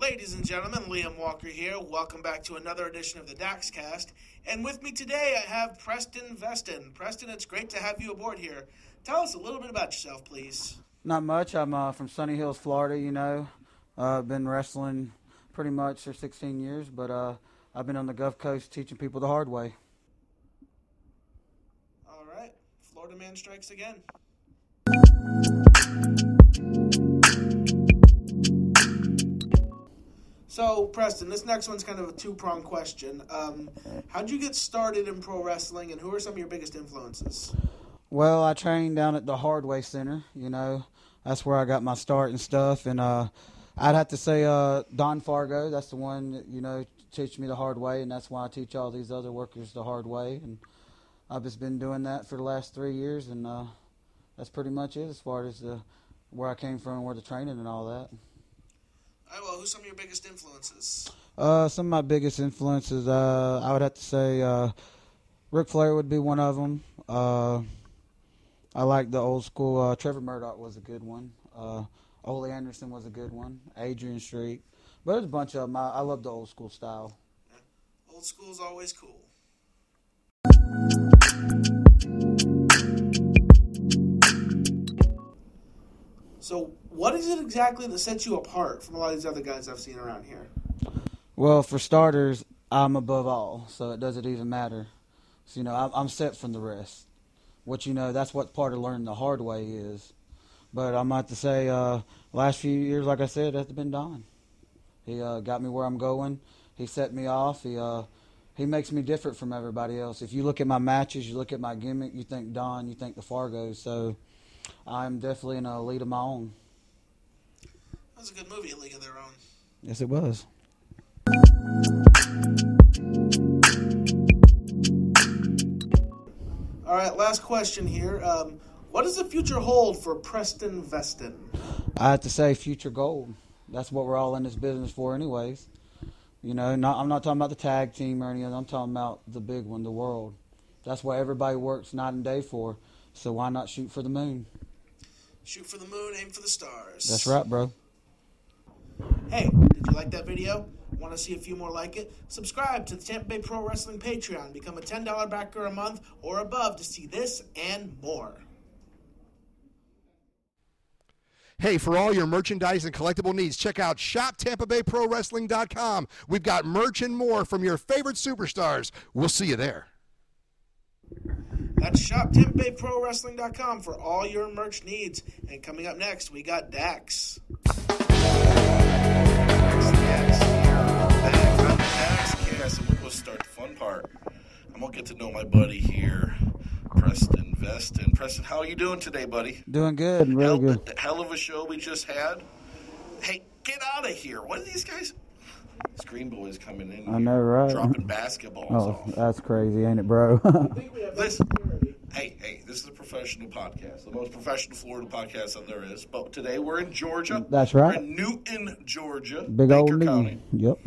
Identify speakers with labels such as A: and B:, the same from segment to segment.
A: Ladies and gentlemen, Liam Walker here. Welcome back to another edition of the Daxcast. And with me today, I have Preston Veston. Preston, it's great to have you aboard here. Tell us a little bit about yourself, please.
B: Not much. I'm uh, from Sunny Hills, Florida. You know, uh, been wrestling pretty much for 16 years, but uh, I've been on the Gulf Coast teaching people the hard way.
A: All right, Florida man strikes again. So, Preston, this next one's kind of a two pronged question. Um, how'd you get started in pro wrestling, and who are some of your biggest influences?
B: Well, I trained down at the Hardway Center. You know, that's where I got my start and stuff. And uh, I'd have to say uh, Don Fargo. That's the one that, you know teach me the hard way, and that's why I teach all these other workers the hard way. And I've just been doing that for the last three years, and uh, that's pretty much it as far as the, where I came from, where the training and all that.
A: All right, well, who's some of your biggest influences?
B: Uh, some of my biggest influences, uh, I would have to say, uh, Ric Flair would be one of them. Uh, I like the old school. Uh, Trevor Murdoch was a good one. Uh, Ole Anderson was a good one. Adrian Street. But there's a bunch of them. I, I love the old school style.
A: Old school's always cool. So, what is it exactly that sets you apart from a lot of these other guys I've seen around here?
B: Well, for starters, I'm above all, so it doesn't even matter. So, you know, I'm, I'm set from the rest. What you know, that's what part of learning the hard way is. But I'm about to say, uh, last few years, like I said, that's been Don. He uh, got me where I'm going. He set me off. He uh, he makes me different from everybody else. If you look at my matches, you look at my gimmick, you think Don, you think the Fargo. So I'm definitely in a lead of my own.
A: That was a good movie, A League of Their Own.
B: Yes, it was.
A: All right, last question here. Um, what does the future hold for Preston Veston?
B: I have to say, future gold. That's what we're all in this business for, anyways. You know, not, I'm not talking about the tag team or any of that. I'm talking about the big one, the world. That's what everybody works night and day for. So why not shoot for the moon?
A: Shoot for the moon, aim for the stars.
B: That's right, bro.
A: Hey, did you like that video? Want to see a few more like it? Subscribe to the Tampa Bay Pro Wrestling Patreon. Become a $10 backer a month or above to see this and more.
C: Hey, for all your merchandise and collectible needs, check out shoptampabayprowrestling.com. We've got merch and more from your favorite superstars. We'll see you there.
A: That's shoptampabayprowrestling.com for all your merch needs. And coming up next, we got Dax.
D: So we're going to start the fun part. I'm going to get to know my buddy here, Preston Veston. Preston, how are you doing today, buddy?
B: Doing good, really
D: hell,
B: good.
D: hell of a show we just had. Hey, get out of here. What are these guys? Screen boys coming in.
B: I
D: here,
B: know, right?
D: Dropping basketballs
B: Oh,
D: off.
B: that's crazy, ain't it, bro?
D: Listen, hey, hey, this is a professional podcast, the most professional Florida podcast that there is. But today we're in Georgia.
B: That's right.
D: We're in Newton, Georgia.
B: Big
D: Baker
B: old
D: County.
B: me. Yep.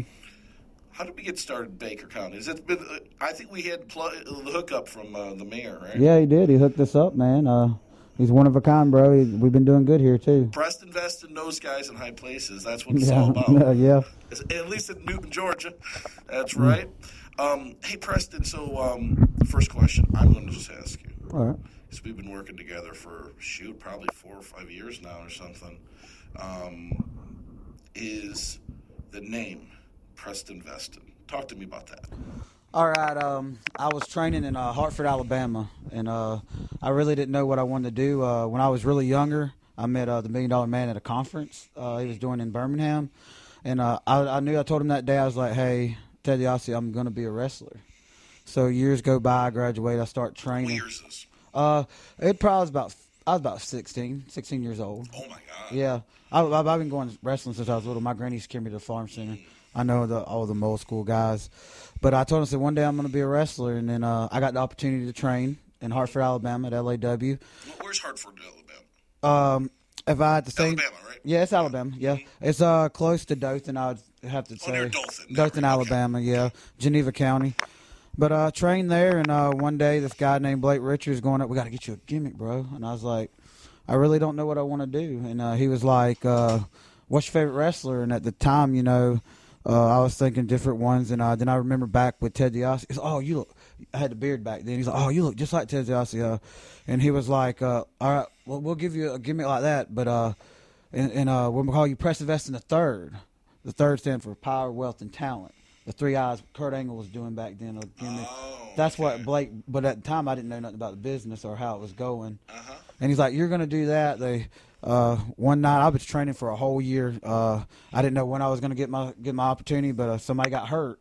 D: How did we get started in Baker County? Is it been? uh, I think we had pl- uh, the hookup from uh, the mayor, right?
B: Yeah, he did. He hooked us up, man. Uh, he's one of a kind, bro. He, we've been doing good here too.
D: Preston Vest and those guys in high places. That's what it's all
B: Yeah,
D: about.
B: yeah.
D: It's- At least in Newton, Georgia. That's right. Um, hey, Preston. So, um, first question I'm going to just ask you.
B: All right.
D: because we've been working together for shoot probably four or five years now or something um, is the name preston veston talk to me about that
B: All right. Um, I was training in uh, Hartford, Alabama, and uh, I really didn't know what I wanted to do. Uh, when I was really younger, I met uh, the Million Dollar Man at a conference uh, he was doing in Birmingham, and uh, I, I knew. I told him that day. I was like, "Hey, Teddy Ossie, I'm going to be a wrestler." So years go by. I graduate. I start training.
D: years is
B: Uh, it probably was about I was about 16, 16 years old.
D: oh my god
B: Yeah, I, I've, I've been going wrestling since I was little. My granny's carried me to the farm center. I know the all the old school guys, but I told him I said one day I'm going to be a wrestler, and then uh, I got the opportunity to train in Hartford, Alabama, at LAW.
D: Wh- where's hartford alabama
B: Um, if I had to say,
D: Alabama, right?
B: Yeah, it's Alabama. Yeah, it's uh close to Dothan. I'd have to say
D: near Dothan. Okay.
B: Alabama. Yeah, Geneva County. But uh, I trained there, and uh, one day this guy named Blake Richards going up. We got to get you a gimmick, bro. And I was like, I really don't know what I want to do. And uh, he was like, uh, what's your favorite wrestler? And at the time, you know, uh, I was thinking different ones, and uh, then I remember back with Ted DiBiase. He's, oh, you look. I had the beard back then. He's like, oh, you look just like Ted DiBiase, uh, and he was like, uh, all right, well, we'll give you a gimmick like that, but uh, and, and uh, we're gonna call you Preston Vest in the third. The third stands for power, wealth, and talent. The three eyes Kurt Angle was doing back then. a gimmick.
D: Oh,
B: That's
D: okay.
B: what Blake. But at the time, I didn't know nothing about the business or how it was going.
D: Uh-huh.
B: And he's like, "You're gonna do that." They uh, one night I was training for a whole year. Uh, I didn't know when I was gonna get my get my opportunity, but uh, somebody got hurt,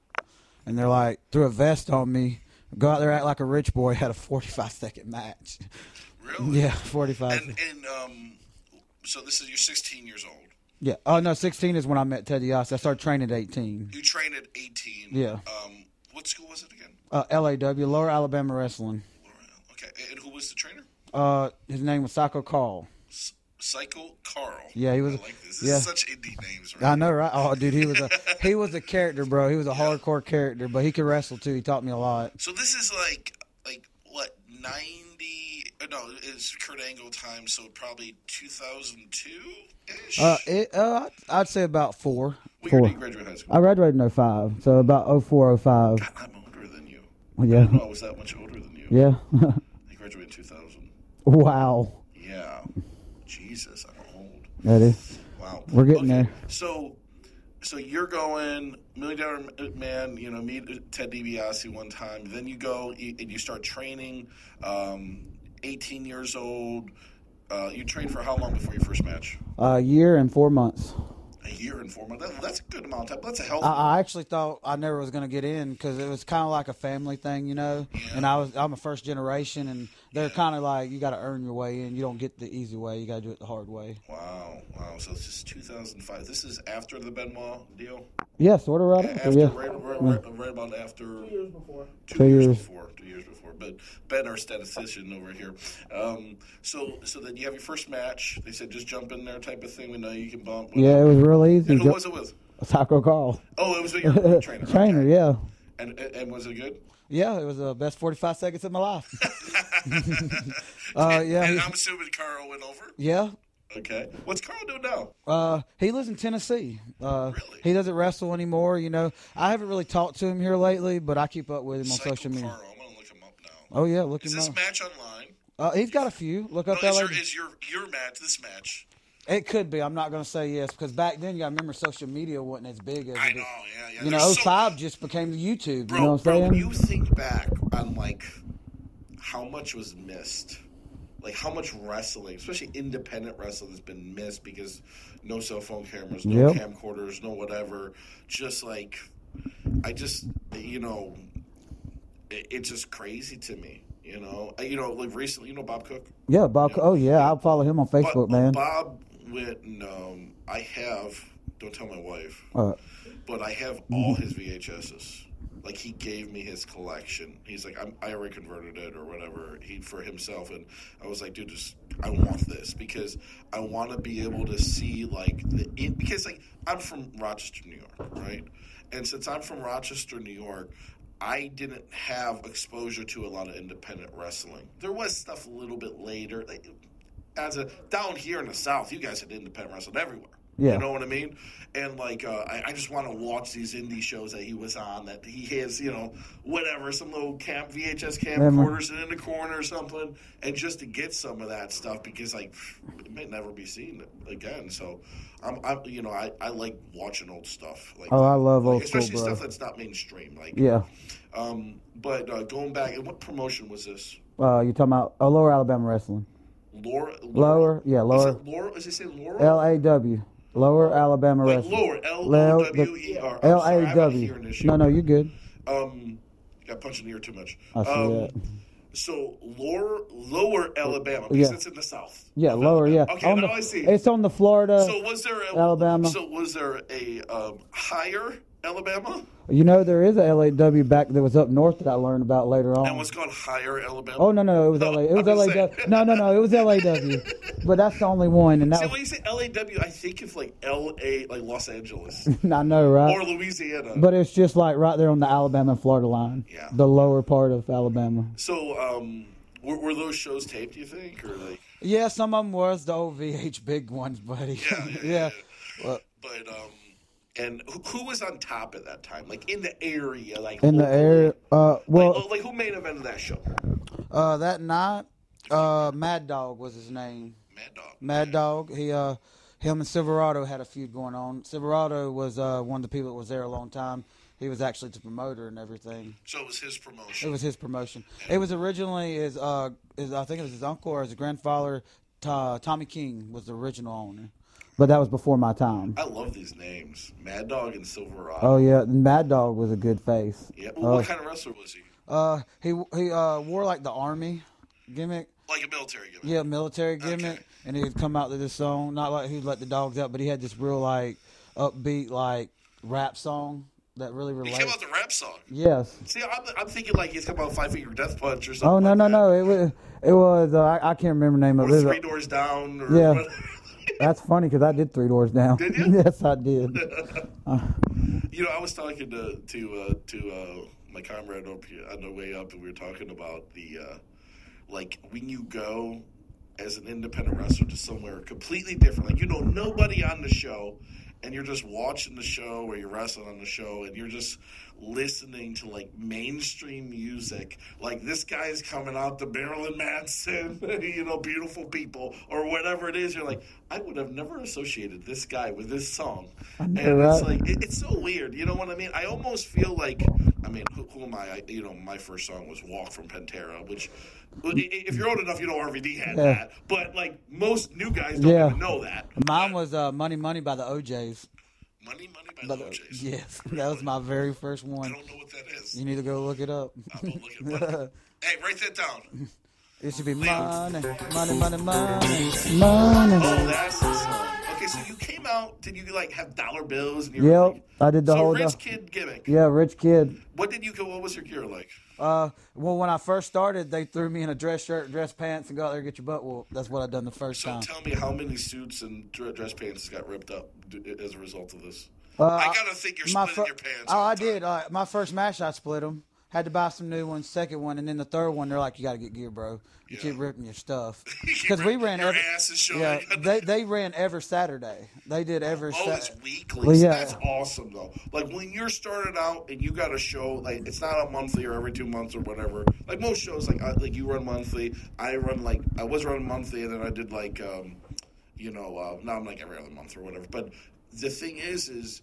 B: and they're like threw a vest on me. Go out there, act like a rich boy. Had a 45 second match.
D: Really?
B: yeah, 45.
D: And and um, so this is you're 16 years old.
B: yeah. Oh no, 16 is when I met Ted DiBiase. I started training at 18.
D: You trained at 18.
B: Yeah.
D: Um, what school was it again?
B: Uh, LAW, Lower Alabama Wrestling.
D: Okay. And who was the trainer?
B: Uh, his name was Psycho Carl.
D: S- Psycho Carl.
B: Yeah, he was-
D: I like this. This
B: yeah.
D: is such indie names, right?
B: I know, right? Oh, dude, he was a he was a character, bro. He was a hardcore character, but he could wrestle too. He taught me a lot.
D: So this is like like what 90? uh, No, it's Kurt Angle time. So probably 2002 ish.
B: Uh, it, uh, I'd I'd say about four.
D: what year
B: Four.
D: did you graduate high school?
B: I graduated in 05, so about 04, 05.
D: I'm older than you.
B: Yeah,
D: No, I was that much older than you.
B: yeah.
D: I graduated in 2000.
B: wow,
D: Yeah. Jesus, I'm old.
B: that is.
D: Wow.
B: We're getting there.
D: So, so you're going Million Dollar M- uh, Man. You know, meet Ted DiBiase one time. Then you go you- and you start training. Um, 18 years old. Uh, you trained for how long before your first match?
B: A Uh, year and four months.
D: A year and four months. That, that's a good amount of time. That's a healthy.
B: I, I actually thought I never was gonna get in because it was kind of like a family thing, you know. And I was I'm a first generation, and they're kind of like you got to earn your way in. You don't get the easy way. You got to do it the hard way.
D: wow, wow. So this is 2005. This is after the Benoit deal.
B: Yeah, sort of right.
D: After
B: yeah.
D: right, right, right, right about after
A: Years before.
D: two,
B: Two
D: years,
B: years.
D: before, two years before. But Ben, our statistician over here. Um, so, so then you have your first match. They said just jump in there, type of thing. We know you can bump.
B: Yeah, it was real easy.
D: And who was it with?
B: Taco Carl.
D: Oh, it was with your trainer.
B: Trainer,
D: okay.
B: yeah.
D: And, and and was it good?
B: Yeah, it was the best 45 seconds of my life. uh, yeah,
D: And
B: he,
D: I'm assuming Carl went over.
B: yeah.
D: Okay. What's Carl doing now?
B: Uh, he lives in Tennessee. Uh,
D: Really?
B: He doesn't wrestle anymore. You know, I haven't really talked to him here lately, but I keep up with him on
D: Psycho
B: social media.
D: Carl. I'm gonna look him up now.
B: Oh yeah, look
D: Is
B: him
D: this
B: up.
D: match online?
B: Uh, he's got a few. Look up
D: No, is
B: LA.
D: your is your your match this match?
B: it could be. I'm not gonna say yes because back then you got to remember social media wasn't as big as
D: I
B: it
D: know.
B: is.
D: Yeah, yeah.
B: You
D: There's
B: know,
D: so-
B: 05 just became YouTube.
D: bro,
B: you know what
D: bro,
B: I'm
D: when
B: saying?
D: you think back on like how much was missed, like how much wrestling, especially independent wrestling, has been missed because no cell phone cameras, no
B: Yep.
D: camcorders, no whatever. Just like I just, you know, it, it's just crazy to me. You know, Uh, you know, like recently, you know, Bob Cook.
B: yeah, Bob. Oh yeah, I'll follow him on
D: But
B: Facebook, man.
D: Bob went and um, I have. Don't tell my wife
B: Uh,
D: but I have all his VHSs. Like he gave me his collection. He's like, I'm, I already converted it or whatever. He for himself, and I was like, dude, just I want this because I want to be able to see like the in, because like I'm from Rochester, New York, right? And since I'm from Rochester, New York, I didn't have exposure to a lot of independent wrestling. There was stuff a little bit later. Like, as a down here in the South, you guys had independent wrestling everywhere.
B: Yeah.
D: You know what I mean? And like, uh, I, I just want to watch these indie shows that he was on. That he has, you know, whatever, some little camp VHS camcorders in the corner or something, and just to get some of that stuff because like it may never be seen again. So, I'm, I'm you know, I, I like watching old stuff. Like,
B: oh, I love
D: like,
B: old school,
D: especially
B: bro.
D: stuff that's not mainstream. Like,
B: Yeah.
D: Um, but uh, going back, and what promotion was this?
B: Uh, you're talking about oh, Lower Alabama Wrestling.
D: Laura.
B: Lower, yeah,
D: Is
B: Lower
D: it Laura? Is it say Laura?
B: L A W. Lower Alabama
D: Wait,
B: Wrestling.
D: Oh, Lower. L O W E R. I'm
B: L
D: sorry, I've
B: A
D: been
B: W.
D: hearing this shit.
B: No, no, you're good.
D: Um, got punched in the ear too much.
B: I see
D: um,
B: that.
D: So lower, lower Alabama because
B: Yeah.
D: it's in the south.
B: Yeah,
D: of
B: lower. Yeah.
D: Alabama. Okay,
B: On
D: now
B: the-
D: I see.
B: It's on the Florida.
D: so was there a,
B: Alabama.
D: So was there a um, higher Alabama
B: you know, there is a L A W back that was up north that I learned about later on.
D: and was called higher Alabama?
B: oh no, no, it was L A. It was
D: I'm
B: L A
D: just
B: W. No, no, no, it was L A W. But that's the only one, and
D: See,
B: that
D: when you say LAW, I think of like LA, like Los Angeles
B: was, I know, right?
D: or Louisiana.
B: But it's just like right there on the Alabama and Florida line.
D: Yeah.
B: The lower part of Alabama.
D: so, um, were, were those shows taped? Do you think, or like?
B: Yeah, some of them was the old VH big ones, buddy.
D: Yeah, yeah, yeah, yeah.
B: Well,
D: But um, and who, who was on top at that time? Like in the area, like
B: in the
D: locally?
B: air. Uh, well,
D: like, like who main evented that show?
B: Uh, that night, uh, Mad Dog was his name.
D: Mad Dog.
B: Mad Dog. He, uh, him and Silverado had a feud going on. Silverado was uh, one of the people that was there a long time. He was actually the promoter and everything.
D: So it was his promotion.
B: It was his promotion. It was originally his, uh, his I think it was his uncle or his grandfather, uh, Tommy King, was the original owner. But that was before my time.
D: I love these names, Mad Dog and Silverado.
B: Oh yeah, Mad Dog was a good face.
D: yeah. Well, what kind of wrestler was he?
B: Uh, he he uh, wore like the army gimmick.
D: Like a military gimmick.
B: Yeah, military gimmick, and he'd come out to this song. Not like he'd let the dogs out, but he had this real like upbeat like rap song that really
D: He
B: relates.
D: came out the rap song.
B: yes.
D: See, I'm, I'm thinking like he's come out Five Finger Death Punch or something.
B: Oh no
D: like
B: no
D: that.
B: no! It was it was uh, I, I can't remember the name of
D: Or
B: it.
D: Three Doors Down or
B: Yeah.
D: whatever.
B: That's funny because I did three doors down.
D: Did you?
B: yes, I did.
D: You know, I was talking to to uh, to uh, my comrade up here on the way up, and we were talking about the uh, like when you go as an independent wrestler to somewhere completely different, like you know nobody on the show, and you're just watching the show or you're wrestling on the show, and you're just listening to like mainstream music, like this guy's coming out to Marilyn Manson, you know, beautiful people or whatever it is. You're like, I would have never associated this guy with this song, and it's
B: that.
D: like it, it's so weird. You know what I mean? I almost feel like I mean, who, who am I? I? You know, my first song was "Walk" from Pantera, which, i- i- if you're old enough, you know RVD had
B: Yeah.
D: that. But like most new guys don't
B: Yeah.
D: even know that.
B: Mine was uh, "Money Money" by the OJ's.
D: Money, money by
B: By
D: the
B: the-
D: OJs.
B: yes, that was my very first
D: I
B: one.
D: don't know what that is.
B: You need to go look it up.
D: I'm not looking at money. Hey, write that down.
B: It should be money, money, money, money, money.
D: Oh, that's the song. Okay, so you came out. Did you like have dollar bills? And you were,
B: Yep,
D: like-
B: I did the
D: so
B: whole.
D: rich
B: do-
D: kid gimmick.
B: yeah, rich kid.
D: What did you go? What was your gear like?
B: Uh, well, when I first started, they threw me in a dress shirt, dress pants, and go out there and get your butt whooped. That's what I done the first
D: So
B: time.
D: tell me how many suits and dre- dress pants got ripped up d- as a result of this.
B: Uh,
D: I gotta think you're splitting
B: fir-
D: your pants.
B: Oh,
D: all
B: I
D: the time.
B: did. Uh, my first match, I split them. Had to buy some new ones, second one, and then the third one. They're like, "You got to get gear, bro. You keep ripping your stuff." Because we
D: ripping-
B: ran
D: your
B: every.
D: ass is showing.
B: Yeah, they they ran every Saturday. They did every
D: Oh, it's
B: Saturday.
D: weekly.
B: Well, yeah.
D: That's awesome, though. Like when you're started out and you got a show, like it's not a monthly or every two months or whatever. Like most shows, like I, like you run monthly. I run like I was running monthly, and then I did like, um, you know, uh, now I'm like every other month or whatever. But the thing is, is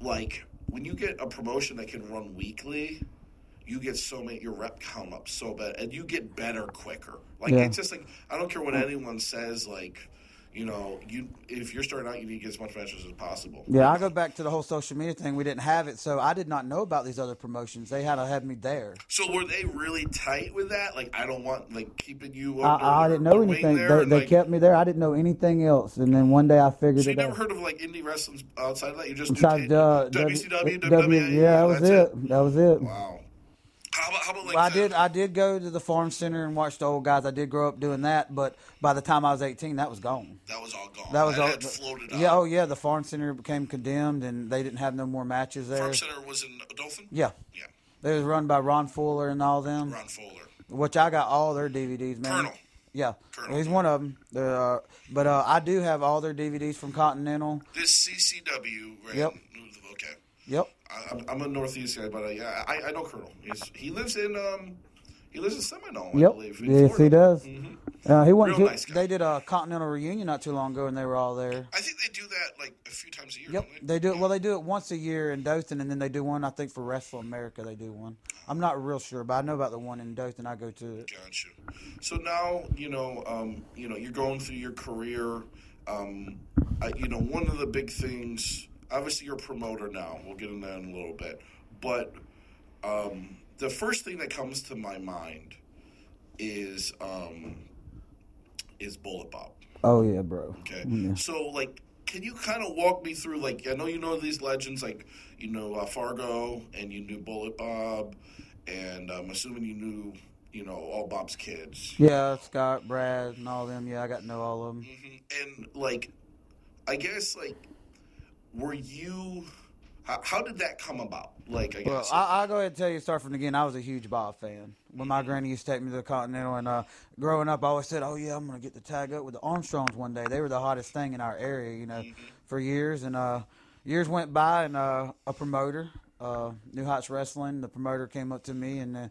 D: like when you get a promotion that can run weekly, you get so many your rep count up so bad and you get better quicker like
B: Yeah.
D: it's just like i don't care what anyone says like you know you if you're starting out you need to get as much matches as possible
B: Yeah, I go back to the whole social media thing. We didn't have it, so I did not know about these other promotions. They had to have me there.
D: so were they really tight with that like i don't want like keeping you under
B: I, I
D: their-
B: didn't know
D: their wing
B: anything.
D: there,
B: They,
D: and,
B: they
D: like-
B: kept me there. I didn't know anything else, and then one day I figured
D: so you
B: it
D: never
B: out.
D: heard of like indie wrestling outside of that you just do
B: Besides,
D: ta-
B: uh, W-
D: wcw
B: W-
D: WWE,
B: yeah, that was
D: that's
B: it. That was it.
D: wow how about, how about like
B: Well, I
D: the-
B: did. I did go to the farm center and watch the old guys. I did grow up doing that, but by the time I was eighteen, that was gone.
D: Oh, that was all gone
B: That was all-
D: had floated
B: Yeah.
D: out.
B: Oh, yeah. The farm center became condemned, and they didn't have no more matches there.
D: farm center was in dolphin
B: Yeah,
D: yeah
B: it was run by Ron Fuller and all them,
D: ron fuller
B: which I got all their DVDs, man.
D: Colonel.
B: Yeah,
D: Colonel.
B: he's one of them. Uh, but uh, I do have all their DVDs from Continental.
D: This CCW, right?
B: Yep.
D: Okay.
B: Yep.
D: I, I'm, I'm a Northeast guy, but I, yeah, I, I know Colonel. He's, he lives in um, he lives in Seminole, I
B: Yep.
D: believe. in
B: Yes, he
D: Florida.
B: does. Uh, he went.
D: Mm-hmm. Real
B: to-
D: nice guy.
B: they did a Continental reunion not too long ago, and they were all there.
D: I think they do that like a few times a year.
B: Yep,
D: don't
B: they do it. Well, they do it once a year in Dothan, and then they do one. I think for Wrestle America, they do one. I'm not real sure, but I know about the one in Dothan. I go to. it.
D: Gotcha. So now you know, um, you know, you're going through your career. Um, I, you know, one of the big things. Obviously, you're a promoter now. We'll get into that in a little bit. But um, the first thing that comes to my mind is um, is Bullet Bob.
B: Oh yeah, bro.
D: Okay. So like, can you kind of walk me through like I know you know these legends like you know uh, Fargo and you knew Bullet Bob, and I'm assuming you knew you know all Bob's kids.
B: Yeah, Scott, Brad, and all them. Yeah, I got to know all of them.
D: Mm-hmm. And like, I guess like, were you? How, how did that come about? Like, I guess.
B: Well, I, I'll go ahead and tell you, start from the beginning. I was a huge Bob fan. When
D: Mm-hmm.
B: my granny used to take me to the Continental, and uh,
D: Mm-hmm.
B: growing up, I always said, "Oh yeah, I'm gonna get to tag up with the Armstrongs one day. They were the hottest thing in our area, you know, for years, and uh, years went by, and uh, a promoter, uh, New Heights Wrestling, the promoter came up to me and uh,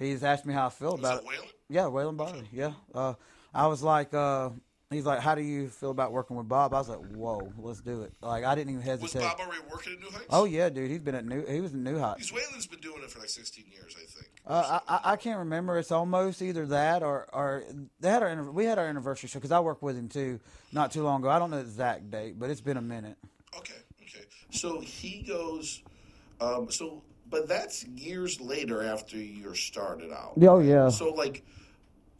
B: he's asked me how I feel
D: Was
B: about
D: that
B: it.
D: Whalen?
B: Yeah, Waylon Barley. Yeah. Uh, I was like, uh, he's like, how do you feel about working with Bob? I was like, whoa, let's do it. Like, I didn't even hesitate.
D: Was Bob already working at New Heights?
B: oh yeah, dude, he's been at New. He was in New Heights.
D: Because Whalen's been doing it for like 16 years, I think.
B: Uh, I, I- I can't remember. It's almost either that or or they had our anniv- we had our anniversary show because I worked with him too not too long ago. I don't know the exact date, but it's been a minute.
D: Okay, okay. So he goes. Um, so, but that's years later after you're started out.
B: Oh, yeah.
D: So, like,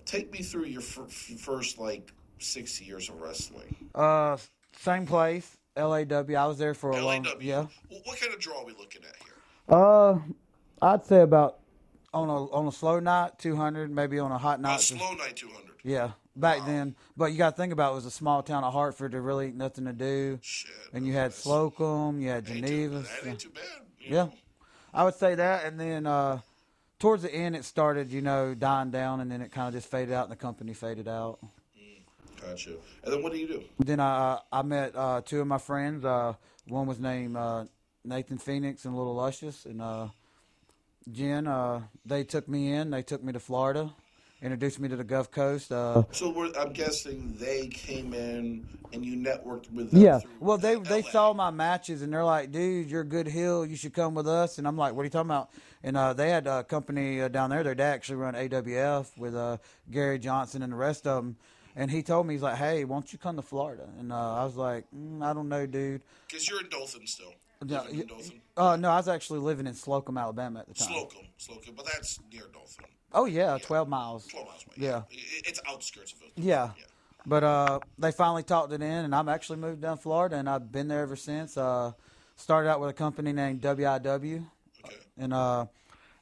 D: take me through your fir- f- first like six years of wrestling.
B: Uh, same place, LAW. I was there for a long.
D: LAW.
B: Yeah.
D: Wh- What kind of draw are we looking at here?
B: Uh, I'd say about on a on a slow night, two hundred, maybe on a hot
D: A
B: night.
D: slow night 200.
B: Uh, Yeah, back then. But you got to think about it was a small town of Hartford. There really ain't nothing to do.
D: Shit.
B: And you had Slocum, you had
D: Ain't too-
B: Geneva.
D: That ain't too bad. you
B: Yeah,
D: know.
B: I would say that. And then uh, towards the end, it started, you know, dying down, and then it kind of just faded out, and the company faded out.
D: Gotcha. And then what do you do?
B: Then I I met uh, two of my friends. Uh, one was named uh, Nathan Phoenix and Little Luscious, and uh, Jen. Uh, they took me in. They took me to Florida, introduced me to the Gulf Coast. Uh,
D: So we're, I'm guessing they came in and you networked with them.
B: Yeah.
D: through
B: Well, they
D: LA.
B: they saw my matches and they're like, "Dude, you're a good heel. You should come with us." And I'm like, "What are you talking about?" And uh, they had a company uh, down there. Their dad actually run AWF with uh, Gary Johnson and the rest of them. And he told me, he's like, "Hey, won't you come to Florida?" And uh, I was like, mm, "I don't know, dude."
D: Because you're in Dothan still.
B: No,
D: Living in
B: y-
D: Dothan.
B: Uh, no, I was actually living in Slocum, Alabama at the time.
D: Slocum. Slocum. But that's near Dothan.
B: Oh yeah, twelve miles.
D: 12 miles away.
B: Yeah.
D: I- It's outskirts of Dothan.
B: Yeah. But uh, they finally talked it in, and I'm actually moved down to Florida, and I've been there ever since. Uh, started out with a company named WIW,
D: Okay.
B: and uh,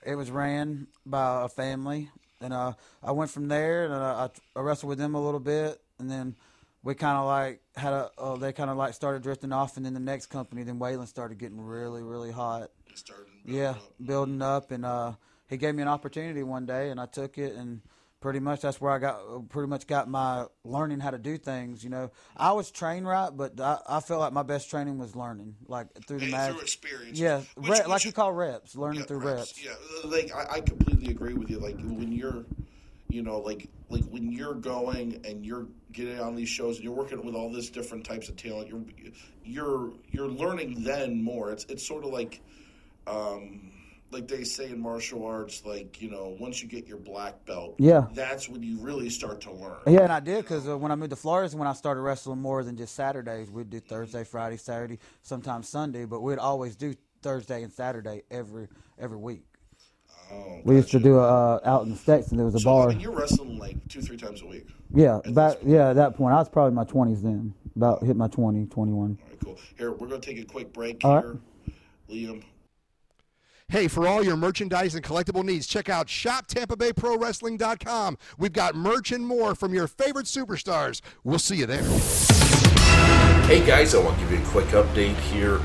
B: it was ran by a family. And uh, I went from there, and uh, I, I wrestled with them a little bit, and then we kind of like had a. Uh, they kind of like started drifting off, and then the next company, then Waylon started getting really, really hot.
D: It's starting.
B: Yeah, building up, and uh, he gave me an opportunity one day, and I took it, and pretty much that's where I got pretty much got my learning how to do things. You know, I was trained right, but I, I felt like my best training was learning, like through the
D: And
B: match.
D: through experience.
B: Yeah,
D: Which-
B: re-
D: which-
B: like you call reps, learning
D: yeah,
B: through reps.
D: Yeah. uh, Like, I, I completely agree with you. Like, when you're. You know, like like when you're going and you're getting on these shows and you're working with all this different types of talent, you're you're you're learning then more. It's it's sort of like um, like they say in martial arts, like you know, once you get your black belt,
B: Yeah.
D: that's when you really start to learn.
B: Yeah, and I did because uh, when I moved to Florida, is when I started wrestling more than just Saturdays. We'd do Thursday, Friday, Saturday, sometimes Sunday, but we'd always do Thursday and Saturday every every week.
D: Oh,
B: We used to do uh, out in Stetson. There was a
D: so,
B: bar.
D: I mean, you're wrestling like two, three times a week.
B: Yeah, back yeah, at that point I was probably in my twenties then. About hit my 20, 21.
D: All right, cool. Here, we're gonna take a quick break
B: All right.
D: here, Liam.
C: Hey, for all your merchandise and collectible needs, check out shoptampabayprowrestling.com. We've got merch and more from your favorite superstars. We'll see you there.
E: Hey guys, I want to give you a quick update here.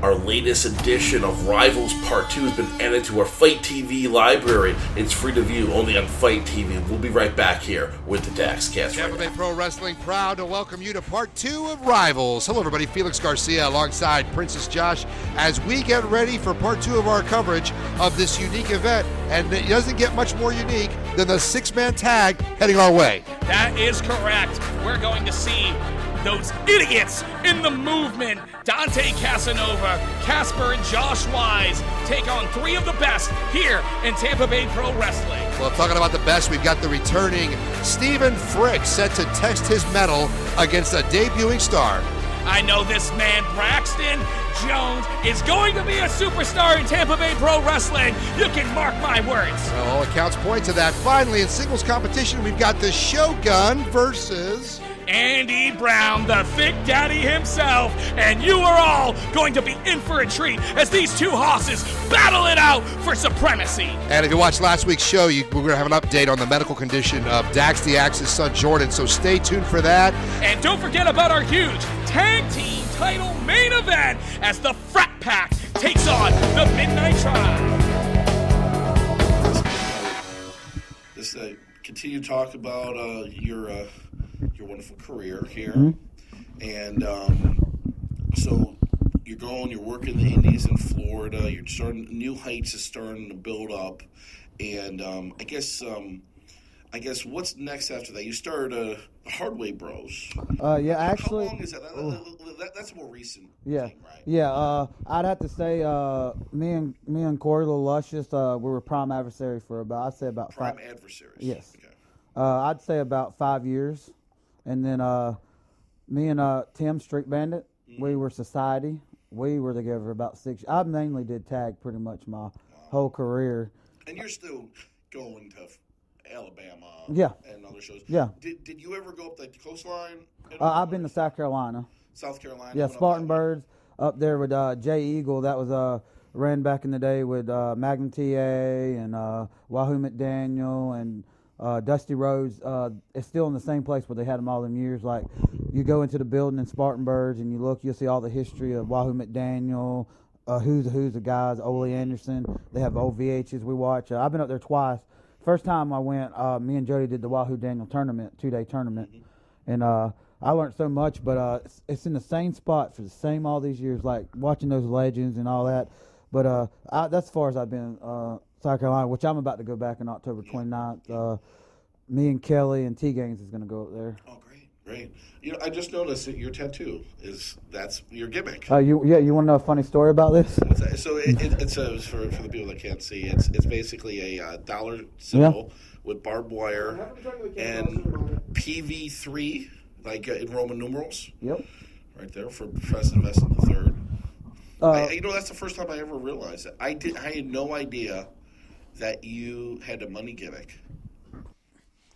E: Our latest edition of Rivals Part 2 has been added to our Fight TV library. It's free to view only on Fight TV. We'll be right back here with the Daxcast. Right
C: Tampa
E: now.
C: Bay Pro Wrestling proud to welcome you to part two of Rivals. Hello, everybody. Felix Garcia alongside Princess Josh as we get ready for part two of our coverage of this unique event. And it doesn't get much more unique than the six man tag heading our way.
F: That is correct. We're going to see those idiots in the movement Dante Casanova, Casper, and Josh Wise take on three of the best here in Tampa Bay Pro Wrestling.
C: Well, talking about the best, we've got the returning Stephen Frick set to test his medal against a debuting star.
F: I know this man, Braxton Jones, is going to be a superstar in Tampa Bay Pro Wrestling. You can mark my words.
C: Well, all accounts point to that. Finally, in singles competition, we've got the Shogun versus.
F: Andy Brown, the thick daddy himself, and you are all going to be in for a treat as these two hosses battle it out for supremacy.
C: And if you watched last week's show, you, we're going to have an update on the medical condition of Dax the Axe's son Jordan. So stay tuned for that.
F: And don't forget about our huge tag team title main event as the Frat Pack takes on the Midnight Tribe.
D: This uh, continue to talk
B: Mm-hmm.
D: about uh, your uh, your wonderful career here, and um, so you're going, you're working the Indies in Florida. You're starting new heights is starting to build up, and um, I guess um, I guess what's next after that? You started uh, the Hardway Bros.
B: Uh, yeah,
D: How
B: actually,
D: long is that? That- that- that- that's a more recent.
B: yeah,
D: thing, right?
B: yeah. Uh, I'd have to say, uh, me and me and Corey Little Luscious, uh, we were prime adversary for about I'd say about
D: Prime
B: five.
D: adversaries.
B: Yes.
D: Okay.
B: Uh, I'd say about five years, and then uh, me and uh, Tim Street Bandit, we were society. We were together about six. I mainly did tag pretty much my whole career.
D: And you're still going to Alabama.
B: Yeah.
D: And other shows.
B: Yeah.
D: Did, did you ever go up the coastline? at
B: Uh,
D: all?
B: I've been to South Carolina.
D: South Carolina.
B: Yeah,
D: went up
B: Spartan
D: that way?
B: Birds up there with uh, Jay Eagle. That was uh, ran back in the day with uh, Magnum TA and uh, Wahoo McDaniel and uh, Dusty Rhodes. Uh, it's still in the same place where they had them all them years. Like you go into the building in Spartan Birds and you look, you'll see all the history of Wahoo McDaniel. Uh, who's the who's the guys? Ole Anderson. They have old VHs we watch. Uh, I've been up there twice. First time I went, uh, me and Jody did the Wahoo Daniel tournament, two day tournament and uh, I learned so much. But uh, it's, it's in the same spot for the same all these years, like watching those legends and all that. But uh, I, that's as far as I've been uh, South Carolina, which I'm about to go back on October 29th. Uh, me and Kelly and T Gaines is going to go up there.
D: Oh, great, great. You know, I just noticed that your tattoo is that's your gimmick.
B: Uh, you yeah, you want to know a funny story about this?
D: What's that? So it, it, it's a, for for the people that can't see, it's it's basically a uh, dollar symbol with barbed wire and PV three, like uh, in Roman numerals,
B: Yep.
D: right there for President Vesson the Third.
B: Uh,
D: I, you know, that's the first time I ever realized that. I did. I had no idea that you had a money
B: Oh,
D: gimmick.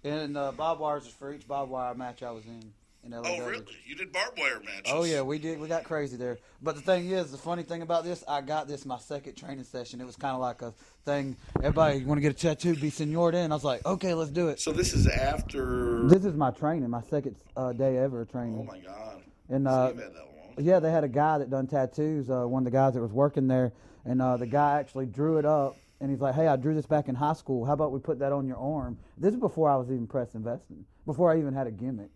B: And uh, Bob wires is for each Bob wire match I was in in LA.
D: Oh, really? You did barbed wire matches?
B: Oh yeah, we did. We got crazy there. But the thing is, the funny thing about this, I got this my second training session. It was kind of like a thing. Everybody, you want to get a tattoo? Be senored in. I was like, okay, let's do it.
D: So this is after.
B: This is my training, my second uh, day ever of
D: oh
B: training.
D: my god!
B: and
D: So
B: uh,
D: you've had that long.
B: yeah, they had a guy that done tattoos. Uh, one of the guys that was working there, and uh, the guy actually drew it up. And he's like, "Hey, I drew this back in high school. How about we put that on your arm?" This is before I was even press investing. Before I even had a gimmick.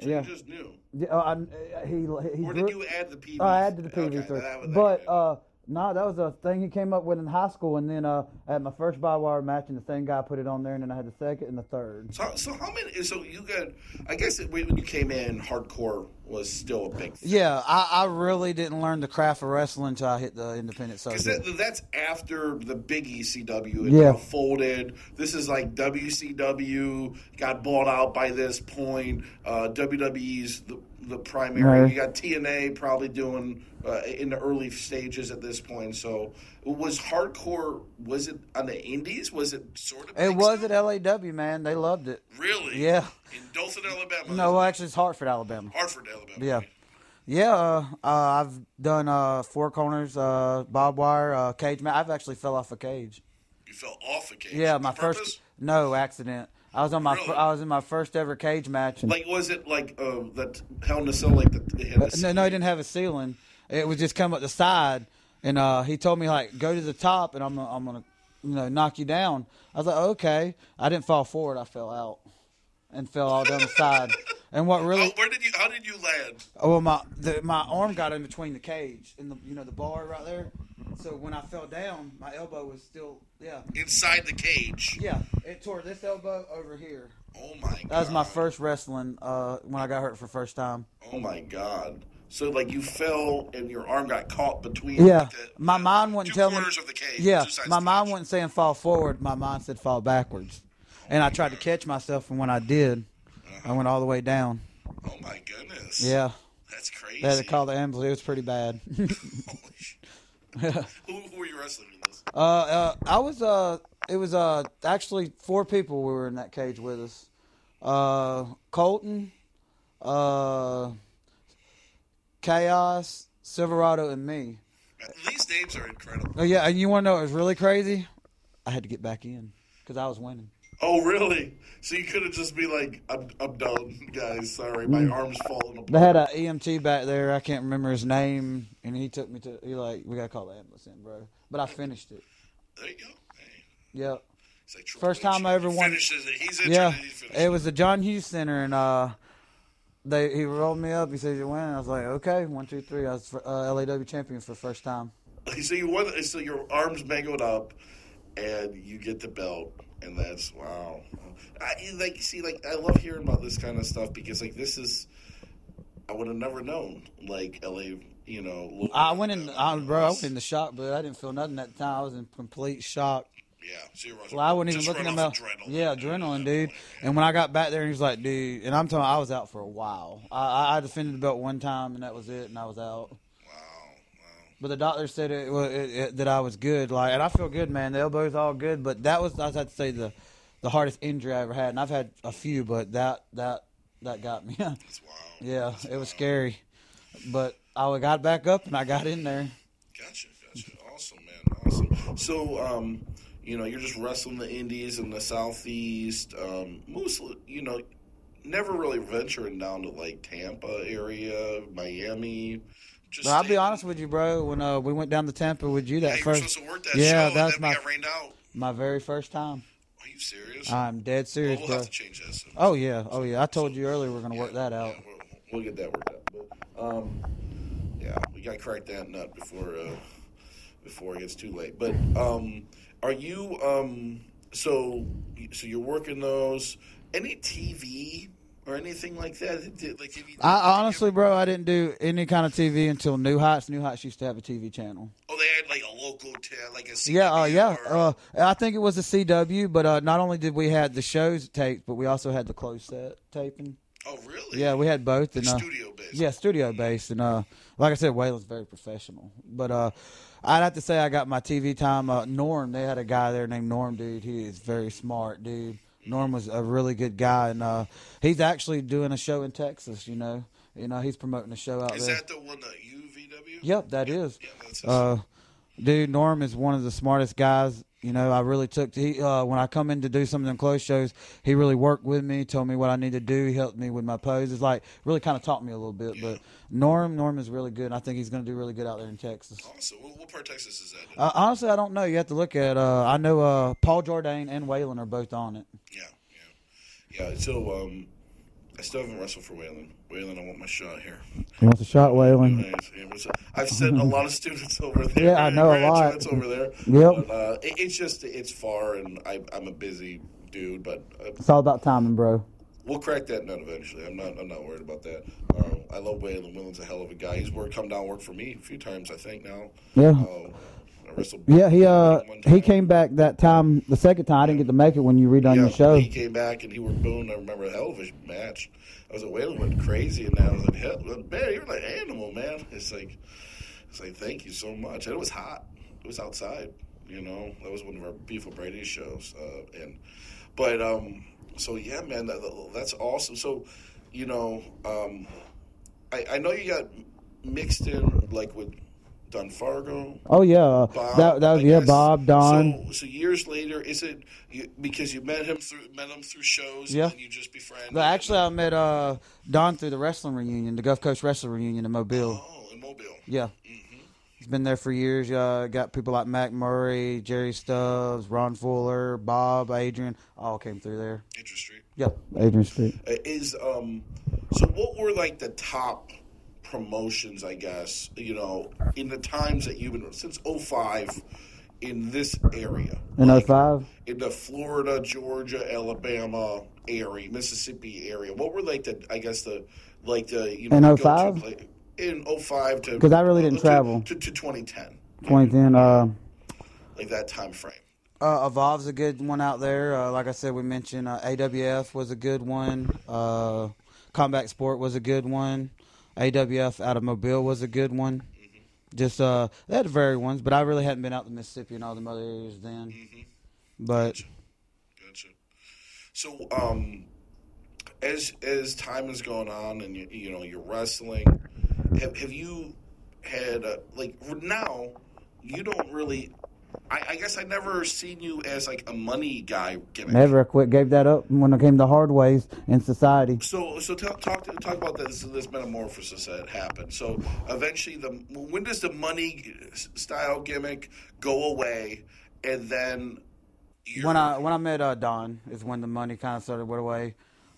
D: So
B: yeah.
D: you just knew.
B: Yeah, uh, I, he, he
D: Or
B: drew-
D: did you add the PV?
B: Oh, I added the
D: Okay,
B: PV three,
D: that was-
B: but
D: okay.
B: uh, no, that was a thing he came up with in high school, and then uh, at my first by wire match, and the same guy put it on there, and then I had the second and the third.
D: so, so how many? So you got? I guess it, when you came in, hardcore was still a big. thing.
B: Yeah, I, I really didn't learn the craft of wrestling until I hit the independent
D: Because
B: circuit.
D: that, that's after the big E ECW had
B: Yeah.
D: folded. This is like WCW got bought out by this point. Uh, WWE's the, the primary.
B: Right.
D: You got TNA probably doing uh, in the early stages at this point. So was hardcore? Was it on the Indies? Was it sort of?
B: It
D: big
B: was
D: stuff?
B: at LAW, man. They loved it.
D: really
B: Yeah.
D: in Dothan, Alabama.
B: No, well, actually, it's Hartford, Alabama.
D: Hartford, Alabama.
B: Yeah. Yeah, uh, uh, I've done uh, four corners, uh, barbed wire, uh, cage match. I've actually fell off a cage.
D: You fell off a cage.
B: Yeah,
D: on
B: my
D: purpose?
B: first no accident. I was on my fir-
D: Really?
B: I was in my first ever cage match. and-
D: Like, was it like uh, that Hell in a Cell? Like the, they had this-
B: Uh, No, no, he didn't have a ceiling. It was just come up the side, and uh, he told me like go to the top, and I'm gonna, I'm gonna you know knock you down. I was like okay. I didn't fall forward. I fell out and fell all down the side. And what
D: Oh,
B: really?
D: where did you? How did you land?
B: Oh, well, my the, my arm got in between the cage and the you know the bar right there. So when I fell down, my elbow was still yeah
D: Inside the cage.
B: yeah. It tore this elbow over here.
D: Oh my god.
B: That was my first wrestling uh, when I got hurt for the first time.
D: Oh my god. So like you fell and your arm got caught between.
B: Yeah,
D: like, the-
B: my
D: the
B: mind wouldn't
D: two
B: tell
D: corners
B: me.
D: of the cage.
B: yeah,
D: two sides
B: my
D: of the
B: mind
D: cage.
B: wasn't saying fall forward. My mind said fall backwards, and I tried to catch myself. And when I did, I went all the way down.
D: Oh my goodness.
B: Yeah,
D: That's crazy.
B: they had to call the ambulance. It was pretty bad.
D: Holy shit. who, who were you wrestling in this?
B: uh, uh, I was uh, it was uh, actually four people we were in that cage with us. Uh, Colton, uh, Chaos, Silverado, and me.
D: These names are incredible.
B: Oh yeah, and you want to know what was really crazy? I had to get back in because I was winning.
D: Oh really? So you could have just be like, I'm, I'm done, guys. Sorry, my arm's falling
B: Mm. They
D: apart.
B: had an EMT back there. I can't remember his name, and he took me to. He like, we gotta call the ambulance in, bro. But I finished it.
D: There you go. Hey.
B: Yep.
D: It's like Triple
B: First
D: H.
B: time I ever
D: He
B: won-
D: Finishes it. He's injured.
B: Yeah.
D: And he finishes.
B: It was the John Hughes Center, and uh, they he rolled me up. He said, "You're winning." I was like, "Okay, one, two, three. I was uh, LAW champion for the first time.
D: So you won. So your arms mangled up, and you get the belt, and that's wow. I like see like I love hearing about this kind of stuff because like this is I would have never known like LA. You know, looked
B: I
D: like
B: went in,
D: that.
B: I, bro. I went in the shock, but I didn't feel nothing at the time. I was in complete shock.
D: Yeah, so you're
B: Well, I wasn't even
D: just
B: looking at
D: run
B: my
D: off adrenaline.
B: yeah adrenaline, dude. And when I got back there, he was like, "Dude," and I'm telling, I was out for a while. I, I- I defended the belt one time, and that was it, and I was out.
D: Wow, wow.
B: But the doctor said it, wa- it, it, that I was good, like, and I feel good, man. The elbow's all good, but that was I'd have to say the the hardest injury I ever had, and I've had a few, but that that that got me.
D: It's wow.
B: yeah, it was scary, but I got back up and I got in there.
D: Gotcha, gotcha. Awesome, man. Awesome. So, um, you know, you're just wrestling the Indies and the Southeast. Um, mostly, you know, never really venturing down to like Tampa area, Miami. Just
B: But I'll be
D: staying-
B: honest with you, bro. When uh, we went down to Tampa with you
D: Yeah,
B: that
D: you were
B: first,
D: supposed to work that
B: yeah,
D: show,
B: that's
D: and
B: my
D: then we got rained out.
B: my very first time.
D: Are you serious?
B: I'm dead
D: Well,
B: serious,
D: we'll
B: bro.
D: have to change that. soon.
B: Oh yeah, oh yeah. I told you earlier we're gonna work that out.
D: Yeah, we'll, we'll get that worked out. But, um, yeah, we gotta crack that nut before uh, before it gets too late. But um, are you um, so so you're working those any TV or anything like that? Did- Like, have you,
B: I honestly, bro, I didn't do any kind of TV until New Heights. New Heights used to have a TV channel.
D: oh, they had like a local, t- like a CW
B: Yeah, uh, yeah.
D: or-
B: Uh, I think it was the CW, but uh, not only did we had the shows taped, but we also had the closed set taping.
D: oh, really?
B: Yeah, we had both. And uh,
D: studio based. Mm-hmm.
B: Yeah, studio based, and uh, like I said, Waylon's very professional. But uh, I'd have to say I got my TV time. Uh, Norm, they had a guy there named Norm, dude. He is very smart, dude. Norm was a really good guy, and uh, he's actually doing a show in Texas. You know, you know, he's promoting a show out
D: Is
B: there.
D: that the one that UVW?
B: Yep, that is.
D: Yeah, that's it.
B: Uh, dude, Norm is one of the smartest guys. You know, I really took to he, uh, when I come in to do some of them close shows. He really worked with me, told me what I need to do. He helped me with my poses, like really kind of taught me a little bit. But Norm, Norm is really good. and I think he's going to do really good out there in Texas.
D: Awesome. What, what part of Texas is that? in?
B: Uh, honestly, I don't know. You have to look at. Uh, I know uh, Paul Jourdain and Waylon are both on it.
D: Yeah, yeah, yeah. So um, I still haven't wrestled for Whalen. Whalen, I want my shot here.
B: You want the shot, Waylon?
D: Nice. It was- I've sent a lot of students over there.
B: Mm-hmm. Yeah, I know a lot.
D: graduates over there.
B: Yep.
D: But, uh, it, it's just it's far, and I, I'm a busy dude. But uh,
B: It's all about timing, bro.
D: we'll crack that nut eventually. I'm not I'm not worried about that. Um, I love Whalen. Whalen's a hell of a guy. He's worked come down worked for me a few times. I think now.
B: Yeah.
D: Um, I wrestled.
B: Yeah, he uh
D: one time.
B: he came back that time, the second time. I didn't get to make it when you redone your show.
D: He came back and he worked Boone. I remember a hell of a match. I was like, Waylon went crazy, and I was like, hell, man, you're like animal, man. It's like, it's like, thank you so much. And it was hot. It was outside. You know, that was one of our Beef Brady shows. Uh, and but um, so yeah, man, that, that's awesome. So, you know, um, I, I know you got mixed in like with Dunfargo.
B: Oh yeah,
D: Bob,
B: that that was
D: I
B: yeah,
D: guess.
B: Bob Don.
D: So, so years later, is it you, because you met him through met him through shows?
B: Yeah.
D: and then you just befriended.
B: But actually,
D: him?
B: I met uh Don through the wrestling reunion, the Gulf Coast wrestling reunion in Mobile.
D: oh, in Mobile.
B: Yeah, he's been there for years. Uh, got people like Mac Murray, Jerry Stubbs, Ron Fuller, Bob, Adrian, all came through there.
D: Interesting.
B: Yep, Adrian Street.
D: Uh, Is um, so what were like the top promotions? I guess you know in the times that you've been since 05 in this area
B: In
D: Like,
B: 05?
D: in the Florida, Georgia, Alabama area, Mississippi area. What were like the I guess the like the you know
B: In
D: go-to
B: 05?
D: pla- in 05 to
B: 'Cause I really didn't
D: to-
B: travel.
D: to, to 2010
B: 2010. Uh,
D: like that time frame.
B: uh, Evolve's a good one out there. Uh, like I said, we mentioned uh, AWF was a good one. Uh, Combat Sport was a good one. AWF out of Mobile was a good one. Just uh, they had varied ones, but I really hadn't been out to Mississippi and all them other areas then. But
D: Gotcha. So um, as as time has gone on and you, you know you're wrestling, have have you had a, like now you don't really. I, I guess I never seen you as like a money guy. Gimmick.
B: never quit, gave that up when it came to hard ways in society.
D: So, so tell, talk to- talk about this this metamorphosis that happened. So, eventually, the when does the money style gimmick go away, and then you're-
B: When I when I met uh, Don is when the money kind of started went away.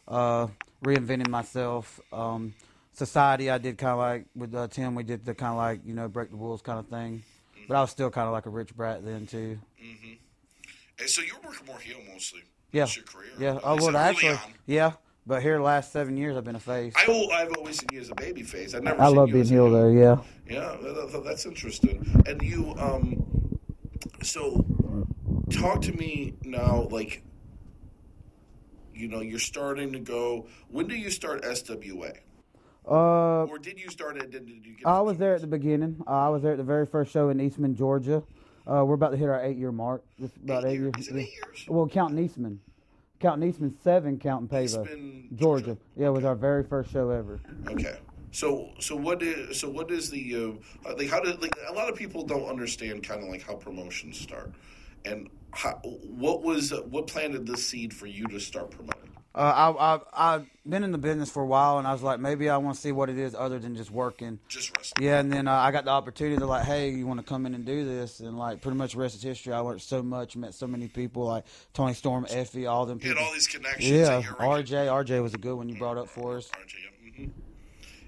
B: uh, reinventing myself. Um, society, I did kind of like with uh, Tim. We did the kind of like you know break the rules kind of thing, but I was still kind of like a rich brat then too.
D: And so you were working more heel mostly.
B: Yeah,
D: That's your career.
B: yeah.
D: At
B: I
D: least
B: would
D: early
B: actually,
D: on.
B: yeah. But here, last seven years, I've been a face.
D: I will, I've always seen you as a baby face. I've never
B: I
D: seen
B: love
D: you
B: being
D: as a
B: heel though. Yeah.
D: Yeah, that- that- that- that's interesting. And you, um, so talk to me now, like, you know, you're starting to go. When do you start SWA?
B: Uh,
D: Or did you start it? Did, did you get
B: I was there at the beginning. Uh, I was there at the very first show in Eastman, Georgia. Uh, we're about to hit our eight-year mark. It's about eight,
D: Eight years.
B: years.
D: Is it eight years?
B: Well, counting Eastman, counting Eastman seven, counting Pava,
D: Eastman,
B: Georgia.
D: Georgia.
B: Yeah, it was our very first show ever.
D: Okay. So so what is so what is the uh, like how did like a lot of people don't understand kind of like how promotions start, and how, what was uh, what planted the seed for you to start promoting?
B: Uh, I, I I've been in the business for a while, and I was like, maybe I want to see what it is other than just working.
D: Just wrestling.
B: Yeah, and then uh, I got the opportunity to like, hey, you want to come in and do this, and like pretty much the rest is history. I learned so much, met so many people, like Tony Storm, Effie, all them
D: You
B: people.
D: had all these connections.
B: yeah,
D: that you're
B: RJ, RJ was a good one you brought up for us.
D: RJ. Mm-hmm.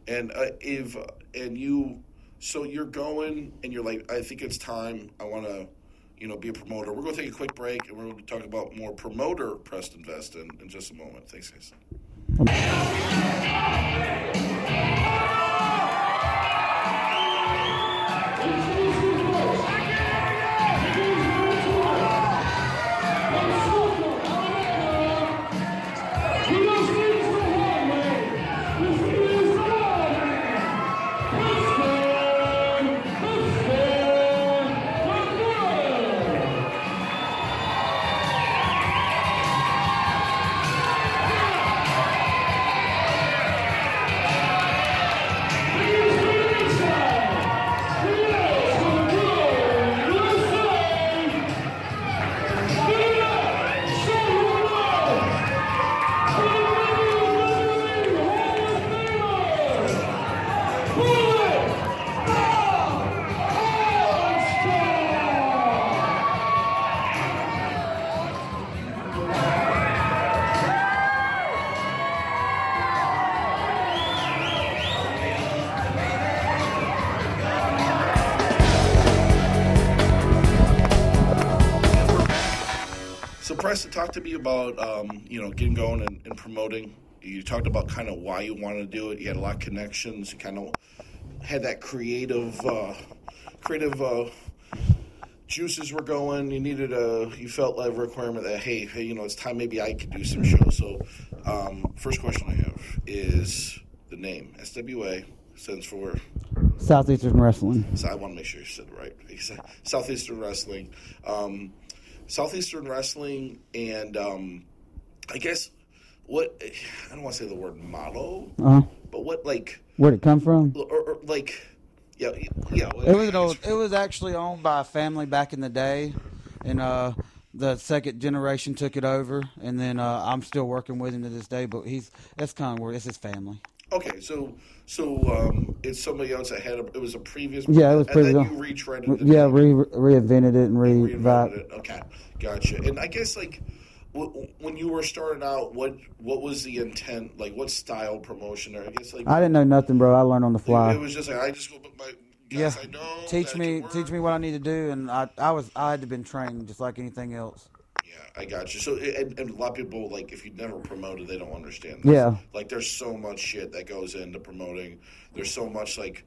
D: And uh, if and you, so you're going and you're like, I think it's time. I want to, you know, be a promoter. We're going to take a quick break and we're going to talk about more promoter Prest Invest in, in just a moment. Thanks, guys. So, Preston, talk to me about um, you know getting going and, and promoting. You talked about kind of why you wanted to do it. You had a lot of connections. You kind of had that creative, uh, creative uh, juices were going. You needed a, you felt like a requirement that hey, hey, you know, it's time maybe I could do some shows. So, um, first question I have is the name SWA stands for
B: Southeastern Wrestling.
D: so I want to make sure you said it right. Because Southeastern Wrestling, um, Southeastern Wrestling, and um, I guess what I don't want to say the word motto,
B: Uh,
D: but what like
B: where'd it come from?
D: or, or like yeah yeah.
B: It was an old. It was actually owned by a family back in the day, and uh, the second generation took it over, and then uh, I'm still working with him to this day. But he's that's kind of where it's his family.
D: Okay, so so um, it's somebody else that had a, it was a previous
B: Yeah, it was
D: and then
B: previous-
D: you retreaded it.
B: Yeah, re- reinvented it and re
D: reinvented it. Okay, gotcha. And I guess like w- when you were starting out, what what was the intent? Like what style promotion? Or I guess like
B: I didn't know nothing, bro. I learned on the fly.
D: It was just like I just go put my
B: yeah,
D: yes, I know.
B: teach
D: that
B: me,
D: can
B: teach
D: work.
B: me what I need to do, and I, I was, I had been trained just like anything else.
D: Yeah, I got you. So and, and a lot of people like if you never promoted, they don't understand. This.
B: Yeah.
D: like there's so much shit that goes into promoting. There's so much like.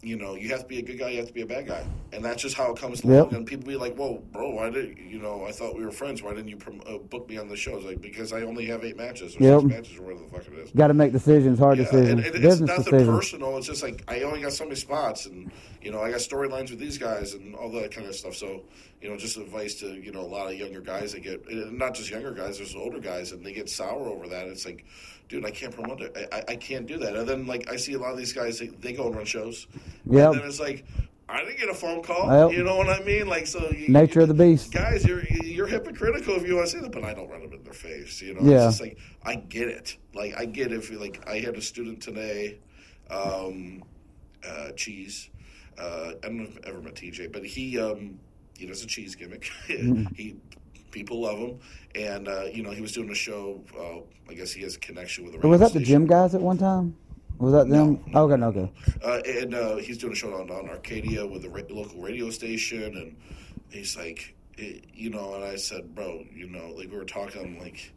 D: You know, you have to be a good guy. You have to be a bad guy, and that's just how it comes along.
B: Yep.
D: And people be like, "Whoa, bro, why did you know? I thought we were friends. Why didn't you prom- uh, book me on the shows? Like because I only have eight matches or
B: Yep.
D: six matches or whatever the fuck it is.
B: Got to make decisions, hard
D: Yeah, and,
B: decisions,
D: and it's
B: business
D: nothing
B: decisions.
D: personal. It's just like I only got so many spots, and you know I got storylines with these guys and all that kind of stuff. So you know, just advice to you know a lot of younger guys that get and not just younger guys, there's older guys, and they get sour over that. It's like, dude, I can't promote it. I, I, I can't do that. And then like I see a lot of these guys, they, they go and run shows.
B: Yep.
D: And then it's like. I didn't get a phone call.
B: Yep.
D: You know what I mean? Like so, you,
B: Nature of the beast.
D: guys. You're you're hypocritical if you want to say that, but I don't run them in their face. You know,
B: Yeah.
D: it's just like I get it. Like I get if you like I had a student today, um, uh, cheese.
B: Mm-hmm.
D: Uh, I don't know if I've ever met TJ, but he um, he does a cheese gimmick. he People love him, and uh, you know he was doing a show. Uh, I guess he has a connection with.
B: Was that the
D: gym?
B: gym guys at one time? Was that them? Oh, Okay, no, okay.
D: Uh, and uh, he's doing a show on, on Arcadia with the ra- local radio station, and he's like, eh, you know, and I said, bro, you know, like we were talking, like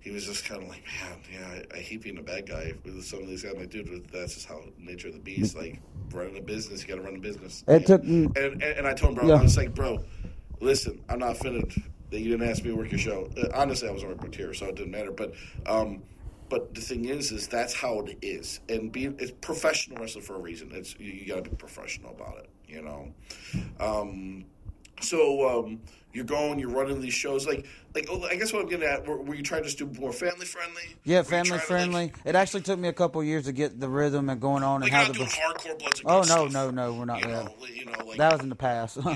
D: he was just kind of like, man, yeah, I, I hate being a bad guy with some of these guys. I'm like, dude, that's just how nature of the beast. Like running a business, you got to run a business.
B: Mm. It took- mm,
D: and, and and I told him, bro,
B: Yeah.
D: I was like, bro, listen, I'm not offended that you didn't ask me to work your show. Uh, honestly, I was on a tier, so it didn't matter. But um, but the thing is, is that's how it is. And being it's professional wrestling for a reason. It's you, you got to be professional about it. You know. Um, so um, you're going, you're running these shows, like, like oh, I guess what I'm getting at, were, were you trying to just do more family friendly? Were
B: Yeah,
D: you trying
B: family
D: to, like-
B: friendly. it actually took me a couple years to get the rhythm and going on and
D: Like,
B: how
D: you're
B: the.
D: not doing hardcore Bloods and
B: Oh
D: Guts
B: no,
D: stuff,
B: no, no, we're not
D: You
B: there.
D: know, li- you know, like
B: That was in the past.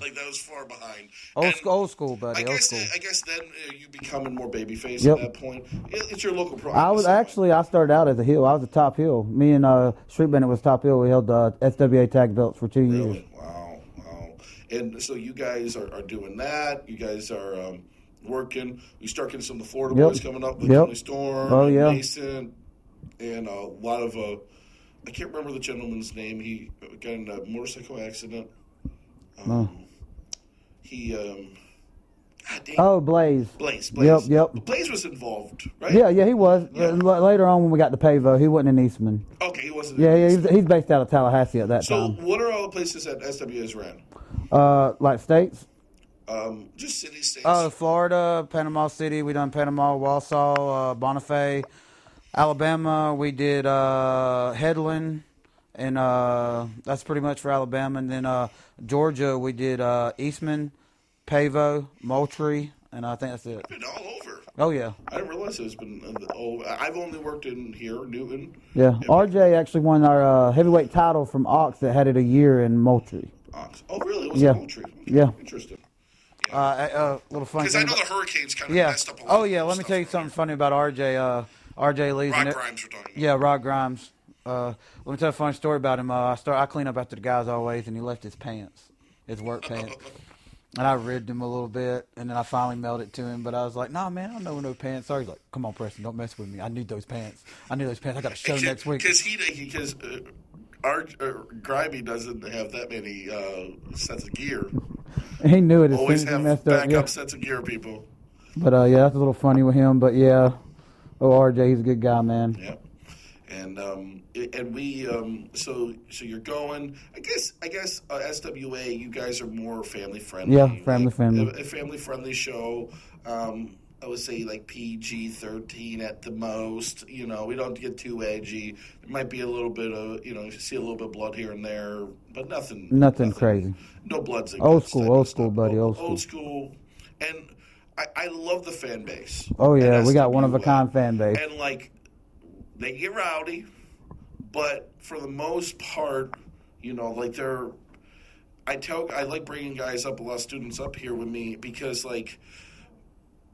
D: like that was far behind.
B: old
D: And-
B: school, old school, buddy,
D: I
B: old
D: guess
B: school.
D: I guess then uh, you becoming more babyface
B: Yep.
D: at that point. It, it's your local product.
B: I was
D: so-
B: actually I started out as a heel. I was a top heel. Me and uh, Street Bennett was top heel. We held the uh, SWA tag belts for two years.
D: Really? Wow, wow. And so you guys are, are doing that. You guys are um, working. You start getting some of the Florida
B: Yep.
D: boys coming up, like
B: Yep.
D: Tony Storm,
B: Oh,
D: and
B: yeah.
D: Mason, and a lot of. Uh, I can't remember the gentleman's name. He got in a motorcycle accident. Um, He. Um, God damn.
B: Oh, Blaze.
D: Blaze, Blaze.
B: Yep, yep.
D: Blaze was involved, right?
B: Yeah, yeah, he was.
D: Yeah.
B: Uh, l- Later on, when we got to Pavo, he wasn't in Eastman.
D: Okay, he wasn't.
B: Yeah, yeah,
D: involved.
B: he's, Um, he's based out of Tallahassee at that
D: So,
B: time.
D: what are all the places that SWS ran?
B: Uh, like states.
D: Um, just city states.
B: Uh, Florida, Panama City. We done Panama, Wausau, uh, Bonifay, Alabama. We did uh, Headland, and uh, that's pretty much for Alabama. And then uh, Georgia, we did uh, Eastman, Pavo, Moultrie, and I think that's it.
D: been all over.
B: Oh yeah,
D: I didn't realize it's been in the, oh, I've only worked in here, Newton.
B: yeah. RJ actually won our uh, heavyweight title from Ox that had it a year in Moultrie.
D: Ox. Oh, really? It was
B: Yeah.
D: yeah. Moultrie. Okay,
B: Yeah.
D: Interesting.
B: Uh, uh, uh, little funny
D: Because I
B: thing.
D: know
B: about-
D: the Hurricanes kind of
B: yeah.
D: messed up a lot.
B: Oh
D: of
B: yeah. Let me
D: stuff.
B: tell you something funny about RJ. Uh, RJ leaves.
D: Rock
B: and it-
D: Grimes we're talking about.
B: Yeah, Rod Grimes. Uh, let me tell you a funny story about him. Uh, I start, I clean up after the guys always, and he left his pants, his work pants, and I ribbed him a little bit, and then I finally melted to him. But I was like, "Nah, man, I don't know no pants." Sorry, he's like, "Come on, Preston, don't mess with me. I need those pants. I need those pants. I got a show next week."
D: Because he, because uh, our uh, Grimy doesn't have that many uh, sets of gear.
B: He knew it as soon
D: Always
B: as he
D: have
B: messed up.
D: backup
B: Yeah.
D: sets of gear, people.
B: But uh, yeah, that's a little funny with him. But yeah, oh RJ, he's a good guy, man.
D: Yep. And um, i- and we um, so so you're going. I guess I guess uh, SWA. You guys are more family friendly.
B: Yeah, family friendly.
D: A, a family friendly show. Um, I would say like PG thirteen at the most. You know, we don't get too edgy. There might be a little bit of you know, you see a little bit of blood here and there, but nothing.
B: Nothing crazy.
D: No bloods. and
B: Old
D: guts
B: school,
D: type
B: old
D: of
B: school,
D: stuff.
B: buddy, old
D: Old school. And I, I love the fan base.
B: Oh yeah,
D: And
B: we got one of a
D: SWA
B: kind fan base.
D: and like they get rowdy, but for the most part, you know, like they're. I tell I like bringing guys up, a lot of students up here with me because like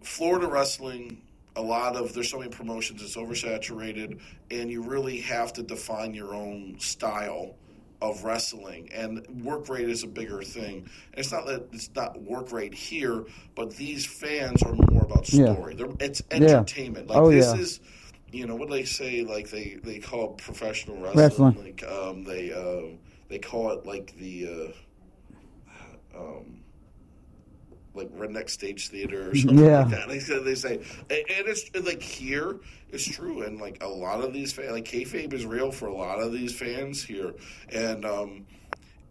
D: Florida wrestling, a lot of there's so many promotions, it's oversaturated, and you really have to define your own style of wrestling. And work rate is a bigger thing. And it's not that it's not work rate here, but these fans are more about
B: Yeah.
D: story. They're, it's entertainment. Like
B: Oh,
D: this
B: yeah.
D: is, you know, what do they say? Like they they call it professional wrestling.
B: Wrestling.
D: Like um, they um, they call it like the. Uh, like redneck stage theater or something
B: Yeah.
D: like that. They say, they say, and and it's and, like here it's true, and like a lot of these fans, like kayfabe is real for a lot of these fans here, and um,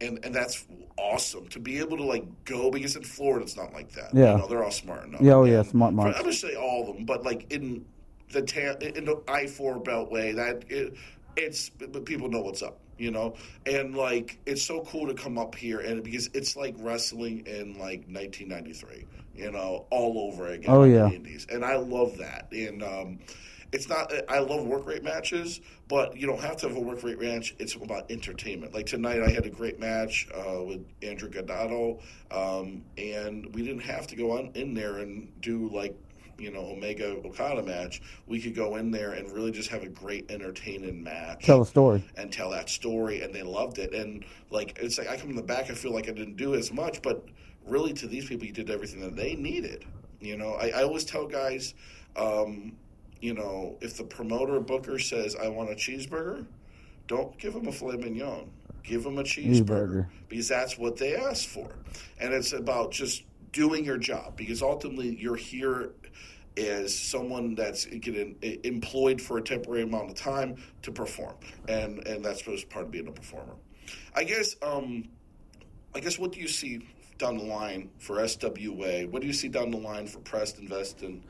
D: and and that's awesome to be able to like go because in Florida it's not like that.
B: Yeah.
D: you know, they're all smart enough.
B: Yeah, oh, yeah,
D: And
B: smart
D: for-
B: marks.
D: I'm gonna say all of them, but like in the ta- in the I four beltway that it, it's but people know what's up. You know, and like it's so cool to come up here, and because it's like wrestling in like 1993, you know, all over again.
B: Oh,
D: in the
B: yeah.
D: Indies, and I love that. And um, it's not I love work rate matches, but you don't have to have a work rate match. It's about entertainment. Like tonight, I had a great match uh, with Andrew Gadado, um, and we didn't have to go on in there and do like you know Omega Okada match, we could go in there and really just have a great entertaining match
B: Tell a story.
D: and tell that story and they loved it and like it's like i come in the back i feel like i didn't do as much but really to these people you did everything that they needed you know i, I always tell guys um, you know if the promoter booker says i want a cheeseburger don't give them a filet mignon give them a cheeseburger
B: Cheeseburger.
D: because that's what they asked for and it's about just doing your job because ultimately you're here as someone that's getting employed for a temporary amount of time to perform and and that's what's part of being a performer i guess um i guess what do you see down the line for swa what do you see down the line for pressed investing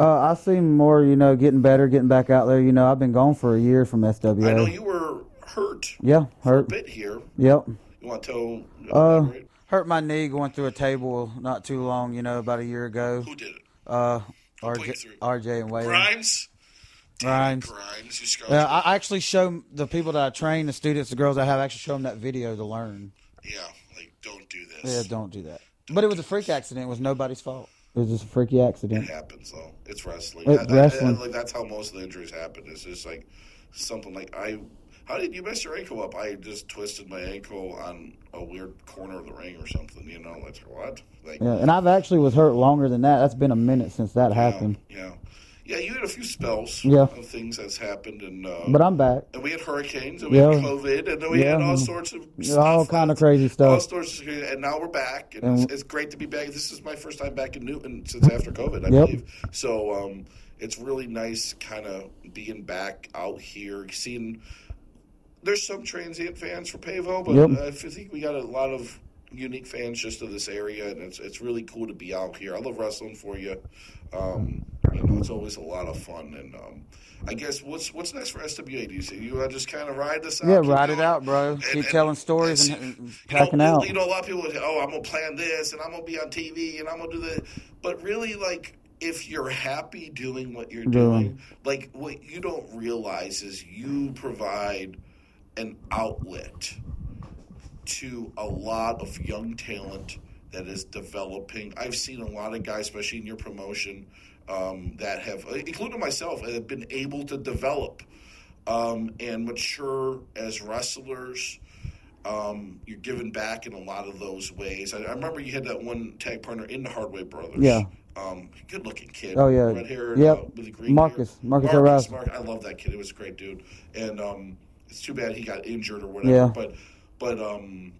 B: Uh, I seem more, you know, getting better, getting back out there. You know, I've been gone for a year from SWA.
D: i know you were hurt
B: yeah,
D: a
B: hurt.
D: bit here
B: Yep.
D: you want to tell
B: Uh,
D: elaborate?
B: Hurt my knee going through a table not too long, you know, about a year ago.
D: who did it
B: Uh,
D: put you through?
B: RJ, RJ and Wade.
D: grimes
B: Grimes.
D: grimes you scum.
B: Yeah, I I actually show the people that I train, the students, the girls I have, I actually show them that video to learn.
D: yeah like don't do this
B: Yeah, don't do that. But it was a freak accident. It was nobody's fault. It was just a freaky accident.
D: It happens though. It's wrestling.
B: It's
D: That- that-
B: wrestling.
D: like that's how most of the injuries happen. It's just like something like I. How did you mess your ankle up? I just twisted my ankle on a weird corner of the ring or something. You know, like what? Like
B: Yeah, and I've actually was hurt longer than that. That's been a minute since that happened.
D: yeah, yeah. You had a few spells
B: Yeah.
D: of things that's happened, and uh,
B: But I'm back.
D: and we had hurricanes, and we
B: Yeah.
D: had COVID, and then we had
B: Yeah.
D: all sorts of
B: Yeah, all
D: stuff.
B: kind of crazy stuff.
D: All sorts of crazy, and now we're back, and it's, it's great to be back. This is my first time back in Newton since after COVID, I
B: Yep.
D: believe. So um, it's really nice, kind of being back out here, seeing. There's some transient fans for Pavo, but
B: Yep.
D: I think we got a lot of unique fans just of this area, and it's it's really cool to be out here. I love wrestling for you. Um, you know, it's always a lot of fun, and um, I guess what's what's next for SWA? Do you see you uh, just kind of ride this out?
B: Yeah,
D: keep
B: ride it
D: going?
B: out, bro.
D: And-
B: Keep
D: and-
B: telling stories and,
D: it's-
B: and
D: you know,
B: packing out.
D: You know, a lot of people say, "Oh, I'm gonna plan this, and I'm gonna be on TV, and I'm gonna do that." But really, like, if you're happy doing what you're doing, like, what you don't realize is you provide an outlet to a lot of young talent that is developing. I've seen a lot of guys, especially in your promotion, um, that have, including myself, have been able to develop um, and mature as wrestlers. Um, you're giving back in a lot of those ways. I, I remember you had that one tag partner in the Hardway Brothers.
B: Yeah.
D: Um, good looking kid.
B: Oh, yeah.
D: Red hair.
B: Yep.
D: uh, with the green
B: Marcus.
D: hair.
B: Marcus Arras.
D: Marcus. I love that kid. He was a great dude. And um, it's too bad he got injured or whatever.
B: Yeah.
D: But but um,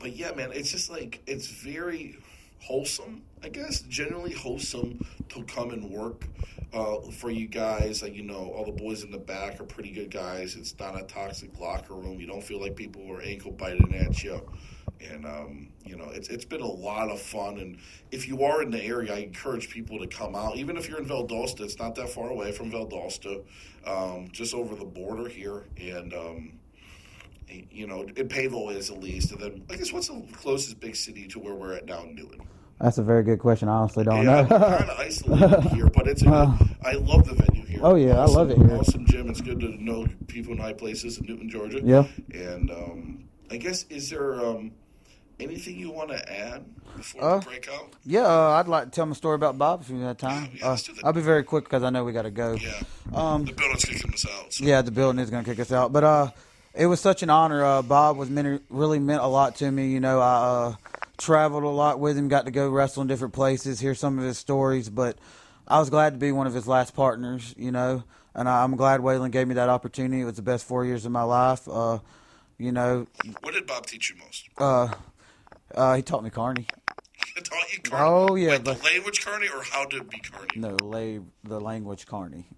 D: but yeah, man, it's just like it's very wholesome. I guess generally wholesome to come and work uh, for you guys. Like you know, all the boys in the back are pretty good guys. It's not a toxic locker room. You don't feel like people are ankle biting at you. And um, you know, it's it's been a lot of fun. And if you are in the area, I encourage people to come out. Even if you're in Valdosta, it's not that far away from Valdosta, um, just over the border here. And um, you know, it Pavo is at least, and then I guess what's the closest big city to where we're at now, Newton?
B: That's a very good question. I honestly don't
D: Yeah, I'm
B: know.
D: kind of isolated here, but it's a, I love the venue here.
B: Oh, yeah, I love it
D: Awesome-
B: here.
D: Awesome gym. It's good to know people in high places in Newton, Georgia.
B: Yeah.
D: And um, I guess is there um, anything you want to add before we break out?
B: yeah, uh, I'd like to tell my story about Bob if you have time.
D: Yeah,
B: Uh,
D: let's do that.
B: I'll be very quick because I know we got to go.
D: Yeah.
B: Um.
D: the building's kicking us out. So.
B: Yeah, the building is going to kick us out. But uh, it was such an honor. Uh, Bob was meant, really meant a lot to me. You know, I uh, traveled a lot with him, got to go wrestle in different places, hear some of his stories. But I was glad to be one of his last partners, you know, and I, I'm glad Waylon gave me that opportunity. It was the best four years of my life. Uh, you know,
D: What did Bob teach you most?
B: uh, he taught me Carney.
D: He taught you Carney.
B: Oh, yeah,
D: Wait,
B: but-
D: the language Carney or how to be Carney?
B: No, la- the language Carney.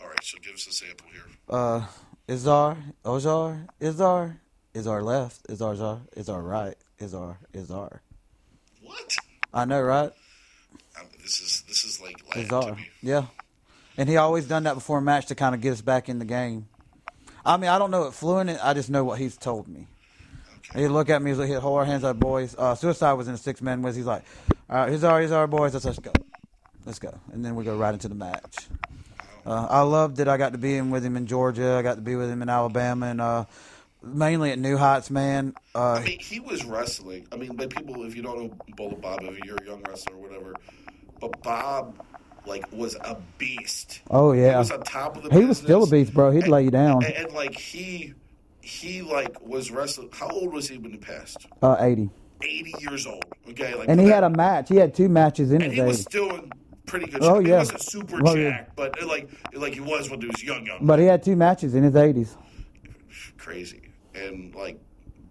D: All right, so give us a sample here.
B: Uh. Is our Ozar is our is our left is our czar is our right is our is our.
D: What?
B: I know, right?
D: Um, this is this is like Latin to
B: Bizarre.
D: me.
B: Yeah. And he always done that before a match to kind of get us back in the game. I mean, I don't know it fluent. I just know what he's told me. He'd look at me, he'd hold our hands up, boys. Uh, Suicide was in a six man whiz. He's like, all right, here's our, here's our boys. Let's, let's go. Let's go. And then we go right into the match. Uh, I loved that I got to be in with him in Georgia. I got to be with him in Alabama and uh, mainly at New Heights, man. Uh,
D: I mean, he was wrestling. I mean, but people, if you don't know Bola Bob, if you're a young wrestler or whatever, but Bob like was a beast.
B: Oh, yeah.
D: he was on top of the.
B: He was still a
D: business.
B: beast, bro. He'd lay you down.
D: and, and, like he, he like was wrestling. How old was he when he passed?
B: Uh, 80.
D: Eighty years old. Okay, like
B: And he had
D: that-
B: a match. He had two matches in
D: and
B: his
D: he was
B: 80.
D: still in pretty good.
B: Oh,
D: shape.
B: yeah.
D: he wasn't super
B: Oh, yeah.
D: jacked, but uh, like like he was when he was young, young,
B: But he had two matches in his 80s.
D: crazy, and like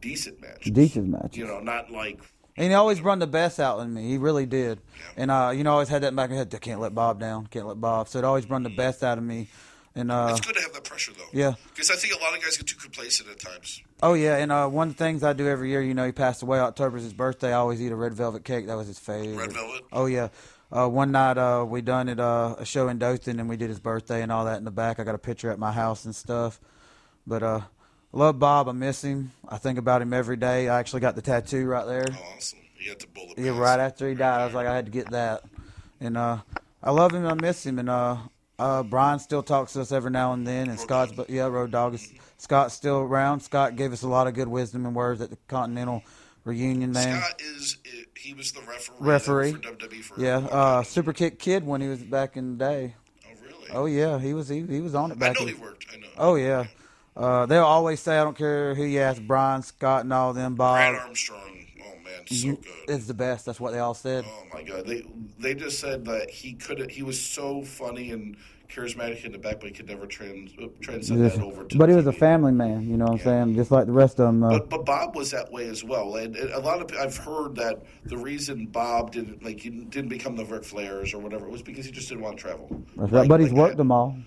D: decent match.
B: Decent matches.
D: You know, not like
B: And he always run the best out in me. He really did. And uh, you know, I always had that in the back of my head. I can't let Bob down. Can't let Bob. So it always run the
D: Mm-hmm.
B: best out of me. And uh,
D: It's good to have that pressure though.
B: Yeah.
D: Because I think a lot of guys get too complacent at times.
B: oh yeah, and uh, one of the things I do every year, you know, he passed away. October's his birthday. I always eat a red velvet cake. That was his favorite.
D: Red velvet?
B: Oh yeah. Uh, one night uh, we done it uh, a show in Dothan, and we did his birthday and all that in the back. I got a picture at my house and stuff. But uh, I love Bob. I miss him. I think about him every day. I actually got the tattoo right there.
D: Oh, Awesome. You got the bullet.
B: Yeah,
D: pass.
B: right after he died, I was like, I had to get that. And uh, I love him. I miss him. And uh, uh, Brian still talks to us every now and then. And Scott's, but yeah, Road Dog is Scott's still around. Scott gave us a lot of good wisdom and words at the Continental reunion, man.
D: Scott is he was the referee,
B: Referee.
D: for WWE for
B: yeah,
D: a long
B: uh,
D: time.
B: Super Kick Kid when he was back in the day.
D: oh really?
B: Oh yeah, he was he, he was on it
D: I
B: back.
D: know
B: in-
D: he worked. I know.
B: oh yeah. Uh, they'll always say, I don't care who you ask, Brian, Scott, and all them,
D: Brad
B: Bob.
D: Armstrong. Oh man, so good.
B: It's the best. That's what they all said.
D: Oh my god, they they just said that he could he was so funny and charismatic in the back, but he could never trans uh, transcend that over to.
B: But he was a
D: TV.
B: family man, you know what I'm saying? Just like the rest of them. Uh,
D: But, but Bob was that way as well, and, and a lot of I've heard that the reason Bob didn't like he didn't become the Ric Flairs or whatever was because he just didn't want to travel.
B: That's
D: Like-
B: right. But he's
D: like
B: worked
D: that-
B: them all.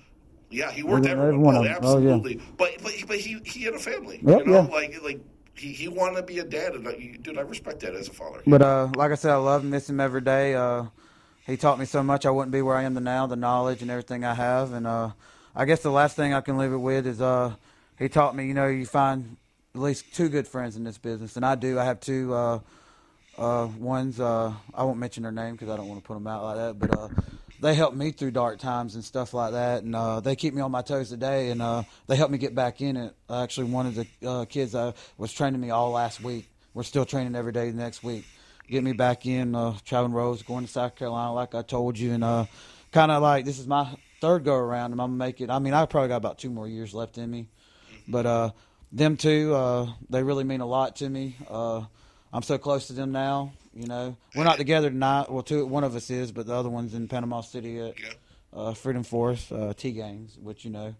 D: Yeah, he worked
B: Every- every one
D: everyone. oh,
B: of 'em. Oh, yeah.
D: absolutely. But but but he he had a family.
B: Yep,
D: you know,
B: yeah.
D: like like he, he wanted to be a dad, and like, dude, I respect that as a father.
B: But uh, like I said, I love and miss him every day. Uh, he taught me so much. I wouldn't be where I am now. The knowledge and everything I have, and uh, I guess the last thing I can leave it with is uh, he taught me. You know, you find at least two good friends in this business, and I do. I have two. Uh, uh, one's uh, I won't mention her name because I don't want to put them out like that, but uh, they helped me through dark times and stuff like that, and uh, they keep me on my toes today, and uh, they helped me get back in it. Actually, one of the uh, kids uh, was training me all last week. We're still training every day next week. Get me back in. Uh, Traveling Rose going to South Carolina, like I told you, and uh, kind of like this is my third go around, and I'm making. I mean, I probably got about two more years left in me. But uh, them two, uh, they really mean a lot to me. Uh, I'm so close to them now. You know, we're not together tonight. Well, two, one of us is, but the other one's in Panama City at
D: Yeah.
B: uh, Freedom Force uh, T Games, which you know,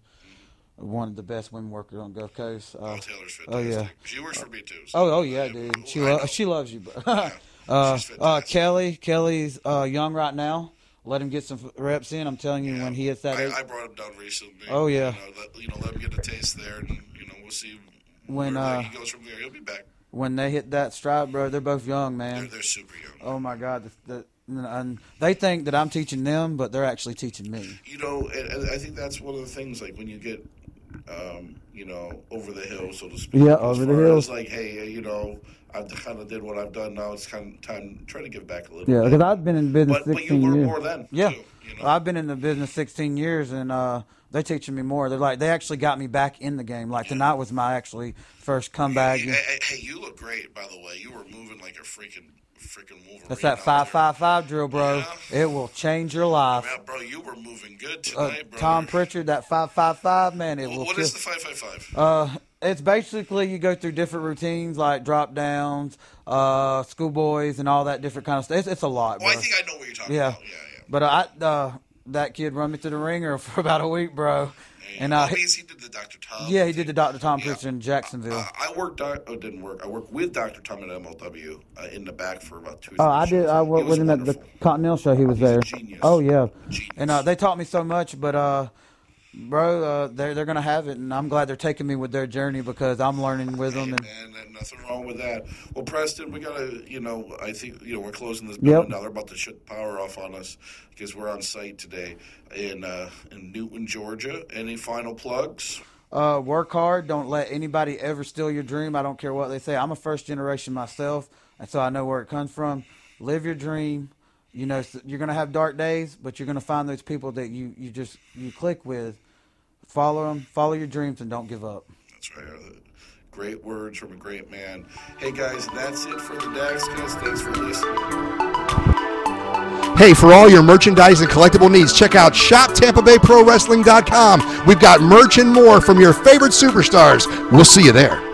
B: one of the best women workers on Gulf Coast. Uh,
D: Oh, Taylor's fantastic.
B: oh, yeah.
D: she works for me too. so-
B: Oh, oh yeah, dude. She
D: I
B: lo-
D: know.
B: she loves you, bro. uh, uh, Kelly, Kelly's uh, young right now. Let him get some reps in. I'm telling you, when he hits that,
D: I,
B: eight-
D: I brought him down recently.
B: Oh, yeah.
D: you know, let, you know, let him get a taste there, and you know, we'll see
B: When,
D: where
B: uh,
D: he goes from there. He'll be back.
B: when they hit that stride, bro, they're both young, man.
D: They're, they're super young.
B: Oh my God! The, the, and they think that I'm teaching them, but they're actually teaching me.
D: you know, and, and I think that's one of the things. Like when you get, um, you know, over the hill, so to speak.
B: Yeah,
D: as
B: over the
D: far
B: hill.
D: as, Like, hey, you know, I've kind of did what I've done. Now it's kind of time trying to give back a little.
B: Yeah,
D: bit.
B: because I've been in business
D: But, but you
B: 16
D: learn
B: years.
D: more then.
B: yeah,
D: too, you know?
B: I've been in the business 16 years, and uh, they're teaching me more. They're like, they actually got me back in the game. Like tonight was my actually first comeback.
D: Hey, hey, hey, you look great, by the way. You were moving like a freaking, freaking Wolverine.
B: That's that
D: out
B: five
D: there.
B: five five drill, bro.
D: Yeah.
B: It will change your life.
D: Yeah, bro, you were moving good
B: Uh,
D: tonight, bro.
B: Tom Pritchard, that five five five man, it will
D: What
B: kill.
D: is the five five five?
B: Uh, it's basically you go through different routines like drop downs, uh, schoolboys, and all that different kind of stuff. It's, it's a lot.
D: Oh,
B: bro.
D: I think I know what you're talking
B: Yeah.
D: about. Yeah, yeah.
B: But I uh, that kid run me to the ringer for about a week, bro. And
D: Well,
B: I
D: that means he did the Dr. Tom.
B: yeah, he did the
D: thing.
B: Dr. Tom
D: Yeah.
B: Pritchard in Jacksonville.
D: Uh, I worked. doc- Oh, didn't work. I worked with Dr. Tom at MLW uh, in the back for about two.
B: oh, I did. I worked with him at the Continental show. He was
D: He's a
B: there.
D: genius.
B: Oh yeah.
D: Genius.
B: And uh, they taught me so much, but uh, bro, uh, they're they're gonna have it, and I'm glad they're taking me with their journey because I'm learning with them. And
D: And, and nothing wrong with that. Well, Preston, we gotta, you know, I think you know we're closing this
B: Yep.
D: building now. They're about to shut the power off on us because we're on site today in uh, in Newton, Georgia. Any final plugs?
B: Uh, work hard. Don't let anybody ever steal your dream. I don't care what they say. I'm a first generation myself, and so I know where it comes from. Live your dream. You know s- you're gonna have dark days, but you're gonna find those people that you you just you click with. Follow them. Follow your dreams and don't give up.
D: That's right. Uh, Great words from a great man. Hey guys, that's it for the Daxcast. Thanks for listening.
C: Hey, for all your merchandise and collectible needs, check out ShopTampaBayProWrestling.com. We've got merch and more from your favorite superstars. We'll see you there.